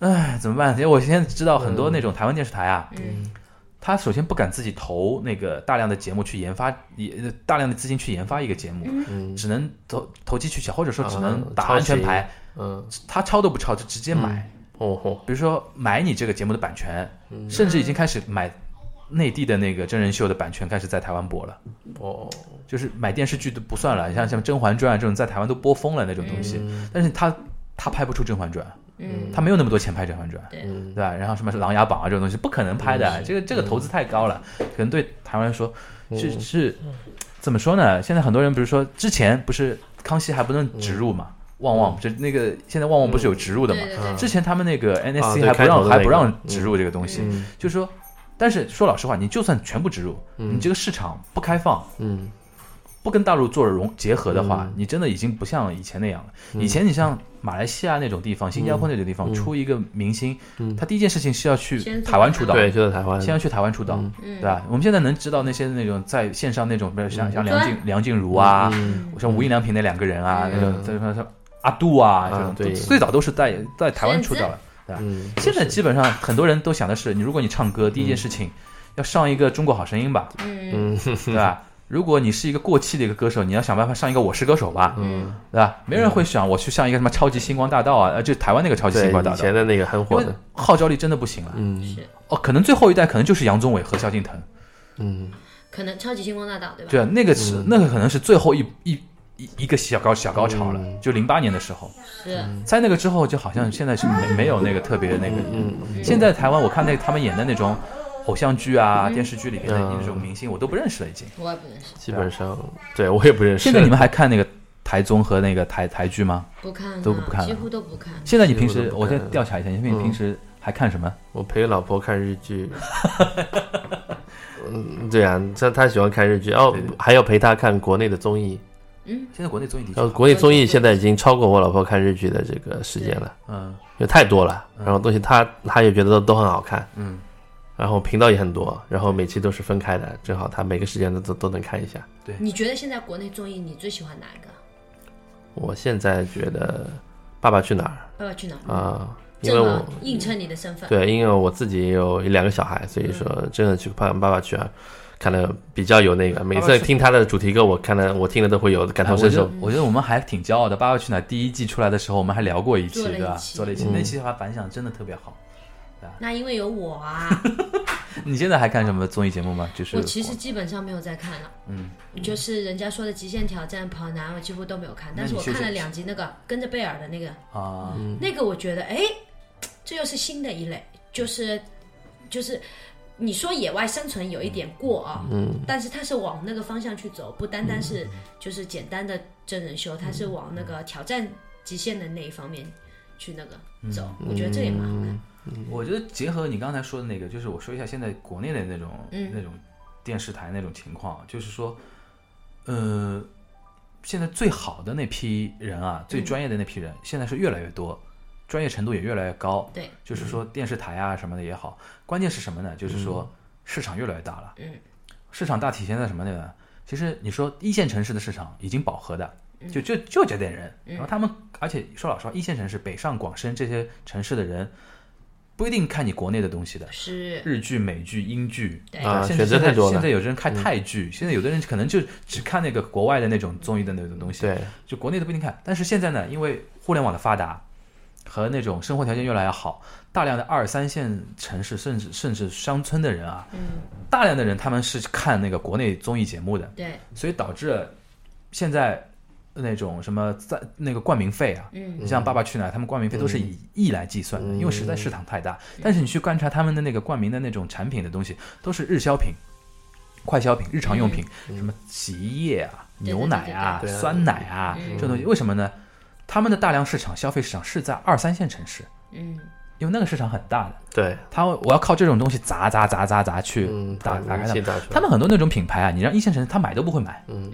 唉，怎么办？因为我现在知道很嗯多那种台湾电视台啊，嗯他首先不敢自己投那个大量的节目去研发，也呃大量的资金去研发一个节目，只能投投机取巧，或者说只能啊打抄安全袭牌，嗯，他抄都不抄，就直接买。哦吼，比如说买你这个节目的版权，甚至已经开始买内地的那个真人秀的版权，开始在台湾播了。哦，就是买电视剧都不算了，你像像《甄嬛传》这种在台湾都播疯了那种东西，但是他他拍不出《甄嬛传》，嗯，他没有那么多钱拍《甄嬛传》，对嗯对吧？然后什么《琅琊榜》啊这种东西不可能拍的，这个这个投资太高了，嗯可能对台湾来说是是怎么说呢？现在很多人比如说之前不是康熙还不嗯能植入嘛，旺旺就那个现在旺旺不是有植入的嘛对？对对，之前他们那个啊 NSC 对还不开头让的那还不个让植入这个东西嗯，就是说，但是说老实话，你就算全部植入，你这个市场不开放。嗯，不跟大陆做融结合的话，你真的已经不像以前那样了。以前你像马来西亚那种地方、新加坡那种地方，出一个明星，他第一件事情是要去先做台湾出道，对，就在台湾，先要去台湾出道，嗯对啊吧？我们现在能知道那些那种在线上那种，比如像像梁静梁静茹啊，嗯像无印良品那两个人啊，嗯那种什么阿杜啊这种，啊对都最早都是在在台湾出道了，对吧？嗯，现在基本上很多人都想的是，你如果你唱歌，第一件事情要上一个中国好声音吧，嗯对吧？如果你是一个过气的一个歌手，你要想办法上一个《我是歌手》吧，嗯，对吧？没人会想我去上一个什么超级星光大道啊，呃，就台湾那个超级嗯对星光大以道，前的那个很因火为的，号召力真的不行了。嗯是哦，可能最后一代可能就是杨宗纬和萧敬腾，嗯，可能超级星光大道对吧？对啊，那个是、那个可能是最后一一一一个小高小高潮了，嗯就零八年的时候，是在那个之后就好像现在是没没有那个特别那个，嗯现在台湾我看那他们演的那种偶像剧啊、电视剧里面的嗯那种明星，我都不认识了已经。我也不认识，基本上对我也不认识。现在你们还看那个台综和那个台台剧吗？不看啊都不看了几乎都不看。现在你平时这个我我都不再看调查一下，因为你平时还看什么？我陪老婆看日剧。 嗯，对啊，她她喜欢看日剧，哦，还要陪她看国内的综艺。嗯现在国内综艺的确然后好，呃国内综艺现在已经超过我老婆看日剧的这个时间了，嗯，就太多了。然后东西她她也觉得都都很好看，嗯，然后频道也很多，然后每期都是分开的，正好她每个时间都都都能看一下。你觉得现在国内综艺你最喜欢哪一个？我现在觉得《爸爸去哪儿爸爸去哪儿》？啊、因为正我好映衬你的身 份。对，因为我自己也有两个小孩，所以嗯说真的去看《爸爸去哪儿》看了比较有那个，每爸爸次去听他的主题歌，我看了我听了都会有感哎同我身觉受得。我觉得我们还挺骄傲的，《爸爸去哪儿》第一季出来的时候，我们还聊过一期，做了一对吧？期做了一期，嗯那期还反响真的特别好。那因为有我啊，你现在还看什么综艺节目吗？就是我其实基本上没有在看了。嗯，就是人家说的《极限挑战》《跑男》，我几乎都没有看，那但是你我休息看了两集那个跟着贝尔的那个，啊，那个我觉得，哎，这又是新的一类，就是就是你说野外生存有一点过啊，嗯，但是它是往那个方向去走，不单单嗯是就是简单的真人秀，它是往那个挑战极限的那一方面去那嗯个走，我觉得这也蛮好看。我觉得结合你刚才说的那个，就是我说一下现在国内的那种、嗯那种电视台那种情况，就是说，呃，现在最好的那批人啊，嗯最专业的那批人，现在是越来越多，专业程度也越来越高。对，就是嗯说电视台啊什么的也好，关键是什么呢？就是说市场越来越大了。嗯，市场大体现在什么呢？其实你说一线城市的市场已经饱和的，嗯就就就这点人，然后他们，而且说老实话，一线城市北上广深这些城市的人，不一定看你国内的东西的，是日剧、美剧、英剧对啊现在选择太多了嗯现在有的人看泰剧，现在有的人可能就只看那个国外的那种综艺的那种东西，对，就国内的不一定看。但是现在呢，因为互联网的发达和那种生活条件越来越好，大量的二三线城市甚至甚至乡村的人啊，嗯大量的人他们是看那个国内综艺节目的，对，所以导致现在那种什么在那个冠名费啊，嗯你像《爸爸去哪儿》，他们冠名费都是以亿来计算的，因为实在市场太大。嗯但是你去观察他们的那个冠名的那种产品的东西，都是日销品、快消品、日常用品，什么洗衣液啊、对对牛奶啊、嗯对对对对嗯酸奶啊这种东西，为什么呢？他们的大量市场、消费市场是在二三线城市，嗯，因为那个市场很大的，对，他我要靠这种东西砸砸砸砸砸去嗯，打打开名他气们。打出来他们很多那种品牌啊，你让一线城市他买都不会买。嗯，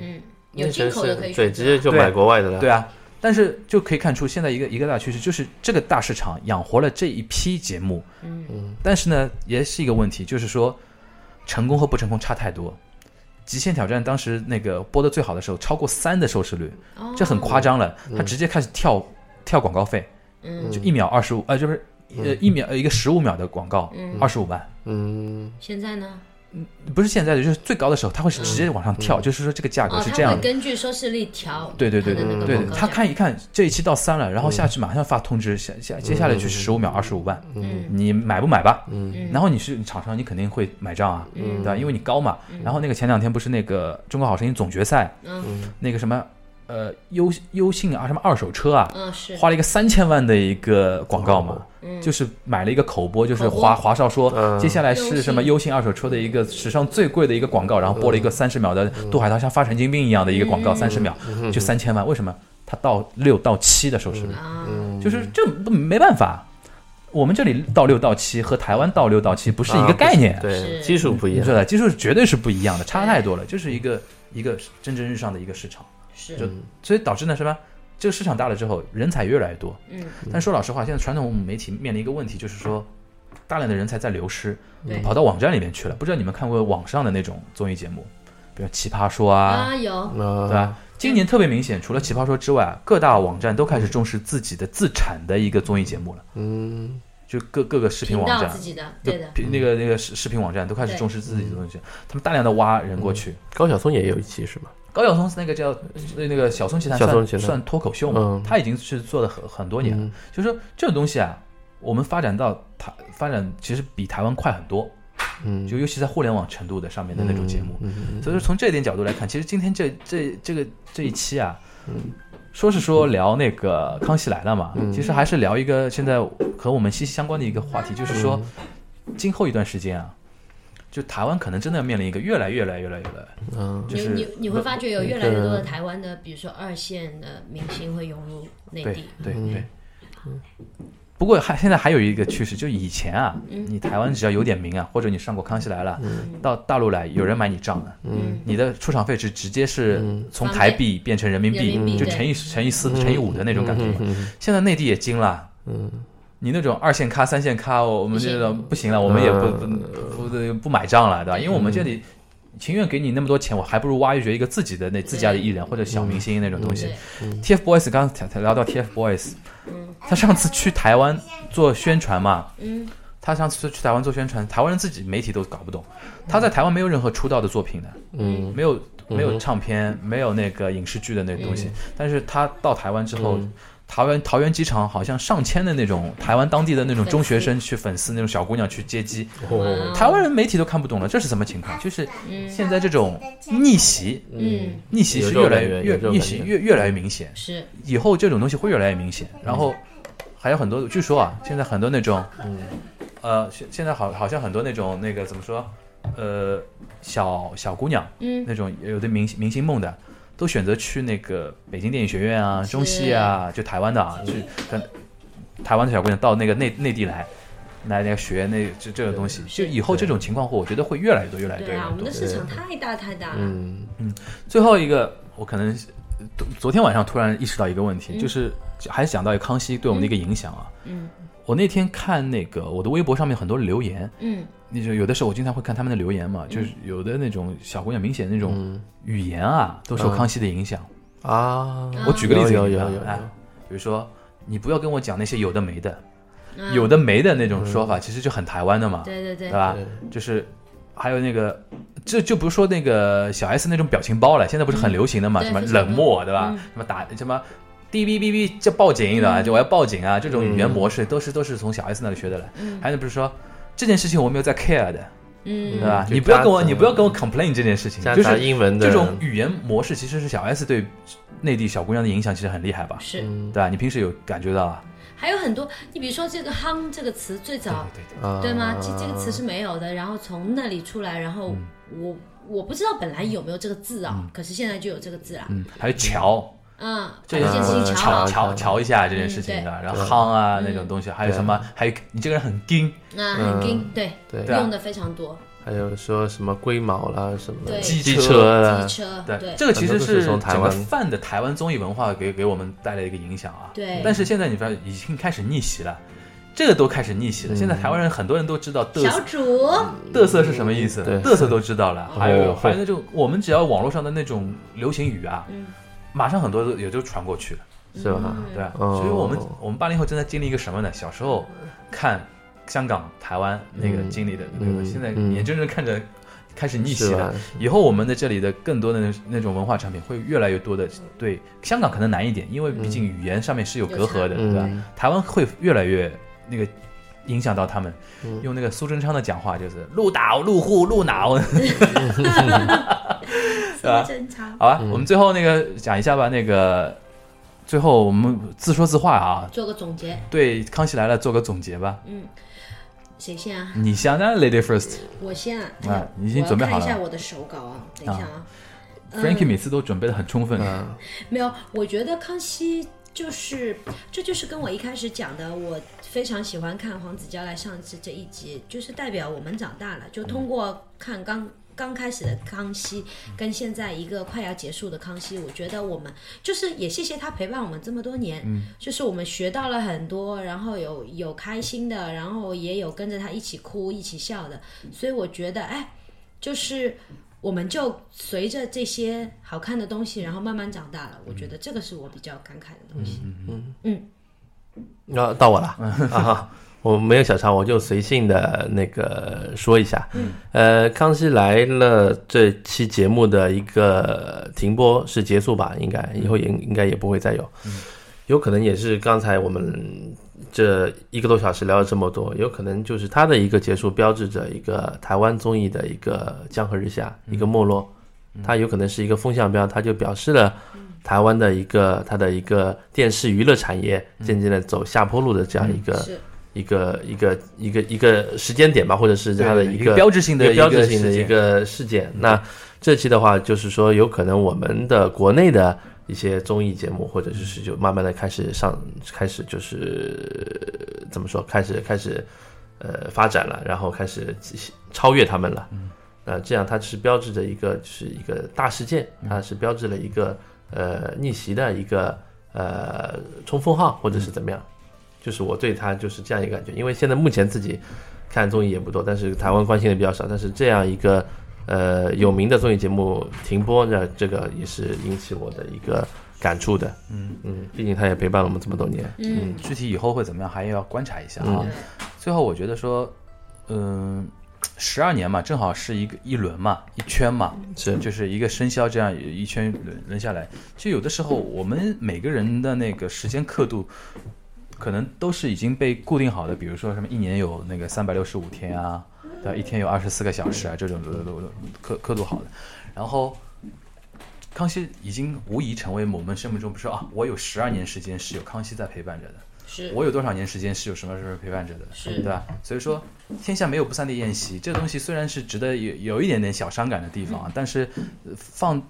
那有进真口的是可以对，选直择接就对买国外的了。对啊，但是就可以看出现在一个一个大趋势，就是这个大市场养活了这一批节目，嗯，但是呢，也是一个问题，就是说成功和不成功差太多。极限挑战当时那个播的最好的时候，超过三的收视率，哦这很夸张了。他直接开始跳跳广告费，嗯就一秒二十五，呃，就是呃一秒呃一个十五秒的广告，嗯二十五万。嗯，现在呢？不是现在的，就是最高的时候，他会是直接往上跳，就是说这个价格哦，是他这样会的。根据收视率调对对对它的对那个对广，告他价看一看这一期到三了，然后下去马上发通知，下下接下来就是十五秒二十五万，嗯你买不买吧？嗯然后你是厂商，你肯定会买账啊，对吧？因为你高嘛。然后那个前两天不是那个中国好声音总决赛嗯那个什么呃优优信啊什么二手车啊，嗯是嗯花了一个三千万的一个广告嘛哦，就是买了一个口播，就是口播华华少说、嗯哦接下来是什么优信二手车的一个史上最贵的一个广告，然后播了一个三十秒的杜海涛像发神经病一样的一个广告，三十、秒嗯就三千万，为什么？它到六到七的收视率，啊，嗯就是这不没办法，我们这里到六到七和台湾到六到七不是一啊个不概念，嗯对，是基数不一你样说。的技术绝对是不一样的，差太多了，就是一个一个蒸蒸日上的一个市场。是就所以导致呢什么？这个市场大了之后，人才越来越多。嗯，但说老实话，现在传统媒体面临一个问题，就是说大量的人才在流失对，跑到网站里面去了。不知道你们看过网上的那种综艺节目，比如《奇葩说》啊，啊有对那吧？今年特别明显，除了《奇啊葩说》之外，各大网站都开始重视自己的自产的一个综艺节目了。嗯，就各各个视频频网道站自，己的，就对的，那个那个视视频网站都开始对重视自己的东西，他们大量的挖人过去。高晓松也有一期是吧？高晓松是那个叫那那个小松奇谈小算松奇谈算脱口秀嘛，嗯他已经是做了很很多年了。嗯就是说这种东西啊，我们发展到台发展其实比台湾快很多，嗯，就尤其在互联网程度的上面的那种节目。嗯，嗯嗯所以说从这一点角度来看，其实今天这这这个这一期啊，说是说聊那个《康熙来了》嘛，其实还是聊一个现在和我们息息相关的一个话题，就是说，今后一段时间啊，就台湾可能真的要面临一个越来越来越来越来，嗯，就你是你你会发觉有一越来越个多的台湾的，比如说二线的明星会涌入内对地，对嗯对。不过还现在还有一个趋势，就以前啊，嗯你台湾只要有点名啊，或者你上过《康熙来了》，到大陆来有人买你账的，嗯，你的出场费是直接是从翻倍台币变成人民人民币，币就对乘以乘以四、乘以五的那种感觉嗯嘛。现在内地也惊了，你那种二线咖、三线咖，我们这种不行了，我们也不不不不买账了，对吧？因为我们这里情愿给你那么多钱，我还不如挖掘一个自己的那自家的艺人或者小明星那种东西对。 TFBOYS 刚才才聊到 TFBOYS，他上次去台湾做宣传嘛，嗯，他上次去台湾做宣传，台湾人自己媒体都搞不懂，他在台湾没有任何出道的作品的，嗯，嗯没有没有唱片，没有那个影视剧的那东西，但是他到台湾之后。桃园桃园机场好像上千的那种台湾当地的那种中学生去粉丝嗯那种小姑娘去接机，嗯哦哇台湾人媒体都看不懂了，这是什么情况？啊就是嗯现在这种逆袭，嗯逆袭是有这种越来感越觉越有这种逆感袭觉越越来越明显，是以后这种东西会越来越明显。然后还有很多，据说啊，现在很多那种，嗯呃，现现在好好像很多那种那个怎么说，呃，小小姑娘嗯那种有的明星明星梦的，都选择去那个北京电影学院啊、中戏啊，就台湾的啊，去跟台湾的小姑娘到那个内内地来。来来学那这这个东西，就以后这种情况会，我觉得会越来越多，越来越多。对越啊，来我越们多的市场太大太大了，嗯最后一个，我可能呃昨昨天晚上突然意识到一个问题，嗯就是还想到康熙对我们的一个影响啊。嗯我那天看那个我的微博上面很多留言，嗯那就有的时候我经常会看他们的留言嘛，就是有的那种小姑娘明显那嗯种语言啊，都受康熙的影响。啊，嗯我举个例子有给你有看有有啊，有比如说你不要跟我讲那些有的没的，嗯有的啊没的那种说法，其实就很台湾的嘛，对对对对，吧？嗯对就是还有那个，这就不是说那个小 S 那种表情包了，现在不是很流行的嘛？嗯对什么非常冷漠，对吧？嗯什么打什么。哔哔哔哔，这报警的，就我要报警啊！这种语言模式都是都是从小 S 那里学的来。嗯还有比如说，这件事情我没有在 care 的，对嗯吧？就你不要跟我，加你不要跟我 complain 这件事情，加就拿大是英文的这种语言模式其实是小 S 对内地小姑娘的影响其实很厉害吧？是，嗯对吧？你平时有感觉到啊？还有很多，你比如说这个“夯”这个词最早对对啊对吗？这这个词是没有的，然后从那里出来，然后嗯我我不知道本来有没有这个字啊，可是现在就有这个字啊，嗯，还有瞧，嗯，这把件这件事情瞧啊瞧好，瞧瞧一下这件嗯事情对嗯的，然后夯啊那种东西，还有什么？还有你这个人很精，那很精，对，对嗯对啊用的非常多，还有说什么龟毛啦，什么对机机车啊车啊啦机，车，呃对对，这个其实很多都是从台整个湾泛的台湾综艺文化给给我们带来一个影响啊。对但是现在你发现已经开始逆袭了，这个都开始逆袭了。现嗯在台湾人很多人都知道嘚小瑟主，嘚瑟是什么意思，对嘚瑟都知道了。哦还有还有那种我们只要网络上的那种流行语啊，嗯马上很多都也就传过去了。是吧？对啊，哦所以我们我们八零后正在经历一个什么呢？小时候看香港、台湾那个经历的那个，嗯现在嗯眼睁睁看着开始逆袭是了吧。以后我们的这里的更多的那那种文化产品会越来越多的对香港可能难一点，因为毕竟语言上面是有隔阂的，嗯对吧嗯？台湾会越来越那个。影响到他们，嗯用那个苏贞昌的讲话就是“鹿岛、鹿户、鹿脑”， 啊正常，好吧？嗯我们最后那个讲一下吧。那个最后我们自说自话啊，做个总结，对《康熙来了》做个总结吧。谁先啊？ 你先，那 Lady First，Frankie 我先啊，啊你已经准备好了我要看一下我的手稿啊，等一下啊，每次都准备的很充分，嗯没有，我觉得康熙。就是，这就是跟我一开始讲的，我非常喜欢看黄子佼来上这这一集，就是代表我们长大了，就通过看刚刚开始的康熙，跟现在一个快要结束的康熙，我觉得我们就是也谢谢他陪伴我们这么多年，就是我们学到了很多，然后有有开心的，然后也有跟着他一起哭一起笑的，所以我觉得，哎，就是我们就随着这些好看的东西，然后慢慢长大了。我觉得嗯这个是我比较感慨的东西。嗯 那到我了啊哈！我没有小抄，我就随性的那个说一下。嗯，呃，《康熙来了》这期节目的一个停播是结束吧？应该以后也应该也不会再有，有可能也是刚才我们这一个多小时聊了这么多，有可能就是它的一个结束，标志着一个台湾综艺的一个江河日下，一个没落。它有可能是一个风向标，它就表示了台湾的一个它的一个电视娱乐产业渐渐的走下坡路的这样一个。是一个一个一个一个时间点吧，或者是它的对一个标志性的一个标志一个性的事一件嗯个事件。那这期的话，就是说有可能我们的国内的一些综艺节目，或者就是就慢慢的开始上，开始就是怎么说，开始开始呃发展了，然后开始超越他们了。嗯那这样它是标志着一个就是一个大事件，嗯它是标志了一个呃逆袭的一个呃冲锋号，或者嗯是怎么样。就是我对他就是这样一个感觉，因为现在目前自己看综艺也不多，但是台湾关心的比较少，但是这样一个呃有名的综艺节目停播，那这个也是引起我的一个感触的。嗯嗯，毕竟他也陪伴了我们这么多年。嗯，具体以后会怎么样，还要观察一下啊嗯。最后我觉得说，嗯，十二年嘛，正好是一个一轮嘛，一圈嘛，是就是一个生肖这样一圈轮轮下来。就有的时候我们每个人的那个时间刻度，可能都是已经被固定好的，比如说什么一年有那个三百六十五天啊，对吧？一天有二十四个小时啊，这种刻刻度好的。然后康熙已经无疑成为我们生命中不是啊，我有十二年时间是有康熙在陪伴着的。是我有多少年时间是有什么什么陪伴着的，是对吧？所以说，天下没有不散的宴席，这个东西虽然是值得有有一点点小伤感的地方嗯啊，但是呃放，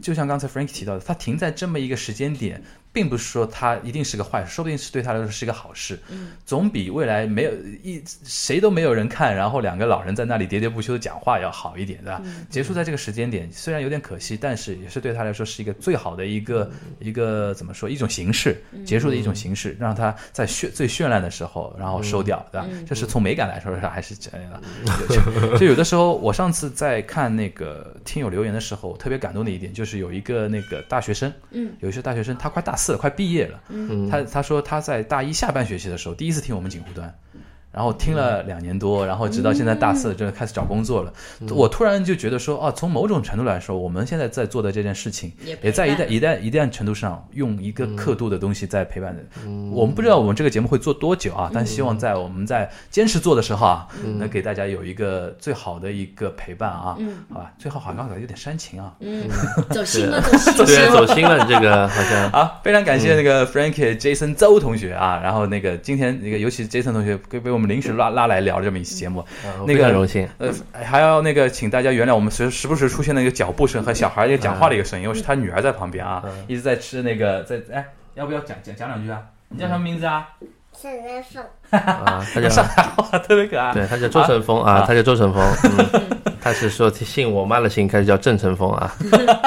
就像刚才 Frank 提到的，它停在这么一个时间点，并不是说它一定是个坏事，说不定是对他来说是一个好事，总比未来没有一谁都没有人看，然后两个老人在那里喋喋不休的讲话要好一点，对吧？结束在这个时间点，虽然有点可惜，但是也是对他来说是一个最好的一个、一个怎么说一种形式，结束的一种形式，让他在绚最绚烂的时候，然后收掉，对吧？这是从美感来说还是这样的。 就就有的时候，我上次在看那个听友留言的时候，我特别感动的一点就是有一个那个大学生，嗯，有一些大学生他快大四了，快毕业了，嗯他他说他在大一下半学期的时候第一次听我们锦湖端，然后听了两年多，然后直到现在大四，真的开始找工作了。嗯我突然就觉得说，啊，从某种程度来说，我们现在在做的这件事情也，陪也在一定伴一定一定程度上用一个刻度的东西在陪伴着。嗯我们不知道我们这个节目会做多久啊，但希望在我们在坚持做的时候啊，能给大家有一个最好的一个陪伴啊。嗯好吧，最后好像有点煽情啊。嗯，走心了， 走心了， 对，啊走心 了，这个好像好，非常感谢那个 Frankie、Jason 周同学啊，然后那个今天那个尤其 Jason 同学被被我们临时拉拉来聊这么一期节目，那非个常荣幸。呃，还要那个请大家原谅我们时时不时出现那个脚步声和小孩儿那个讲话的一个声音，因为是他女儿在旁边啊，一直在吃那个在哎，要不要讲讲讲两句啊？你叫什么名字啊？小月份，啊，他叫上海话 特别可爱。对，他叫周成峰啊，他叫周 成峰。嗯，他是说姓我妈的姓，开始叫郑成峰 啊，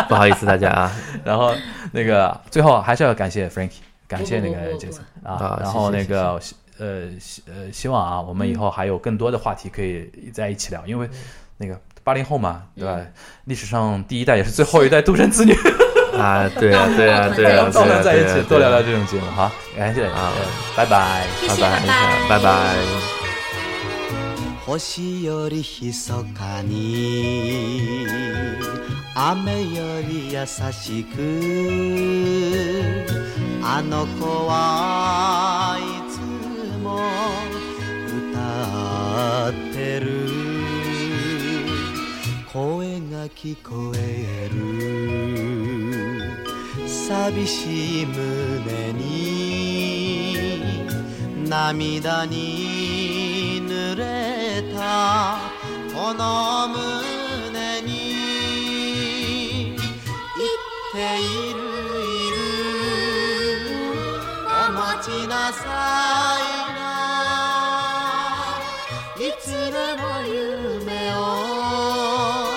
不好意思大家啊。然后那个最后还是要感谢 Frankie，感谢那不个不不不 Jason 啊啊，然后谢那谢个呃希呃希望啊，我们嗯以后还有更多的话题可以在一起聊，因为那个八零后嘛，对嗯吧？ 历史上第一代也是最后一代独生子女，啊，对啊，对 啊，对 啊，到对啊了在一对起啊多聊聊这种节目哈，感谢啊啊，拜拜。谢拜谢，拜拜拜，拜拜。星よりひそかに雨より優しくあの子はいつも歌ってる声が聞こえる寂しい胸に涙に濡れたこの胸に言っているいるお待ちなさいないつでも夢を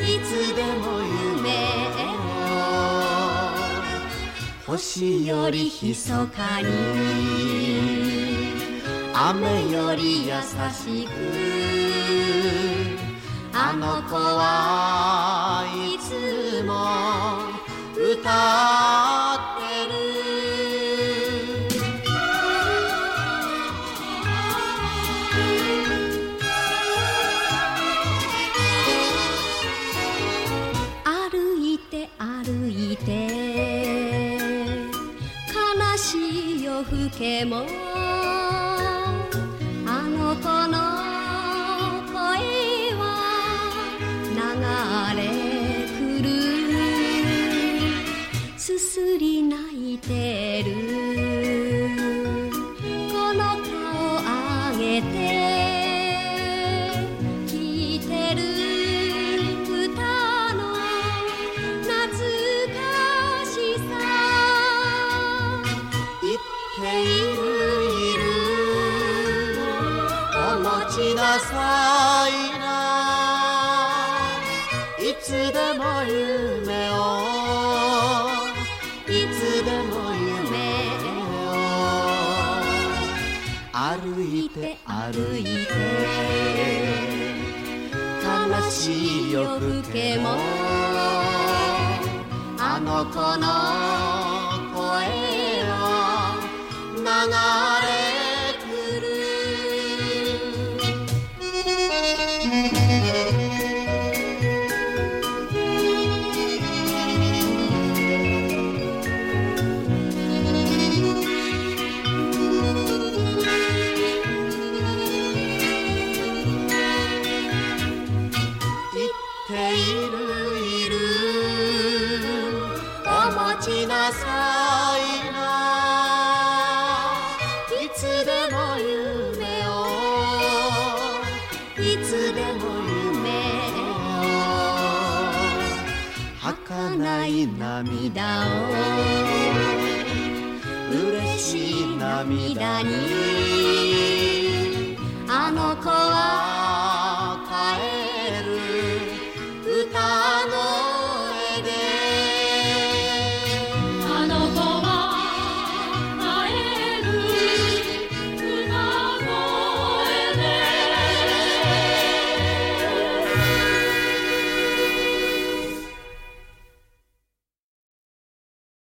いつでも夢を星よりひそかに雨より優しくあの子はいつも歌ってる Oh, 風景もあの子の声は流れ来るすすり泣いてるこの顔あげて聞いてる歌の懐かしさ言っているいるお持ちなさいないつでも夢をいつでも夢を歩いて歩いて悲しい夜更けもあの子の声は流れ来る言っているいるお持ちなさいないつでも夢をいつでも夢を儚い涙涙を嬉しい涙涙にあの子は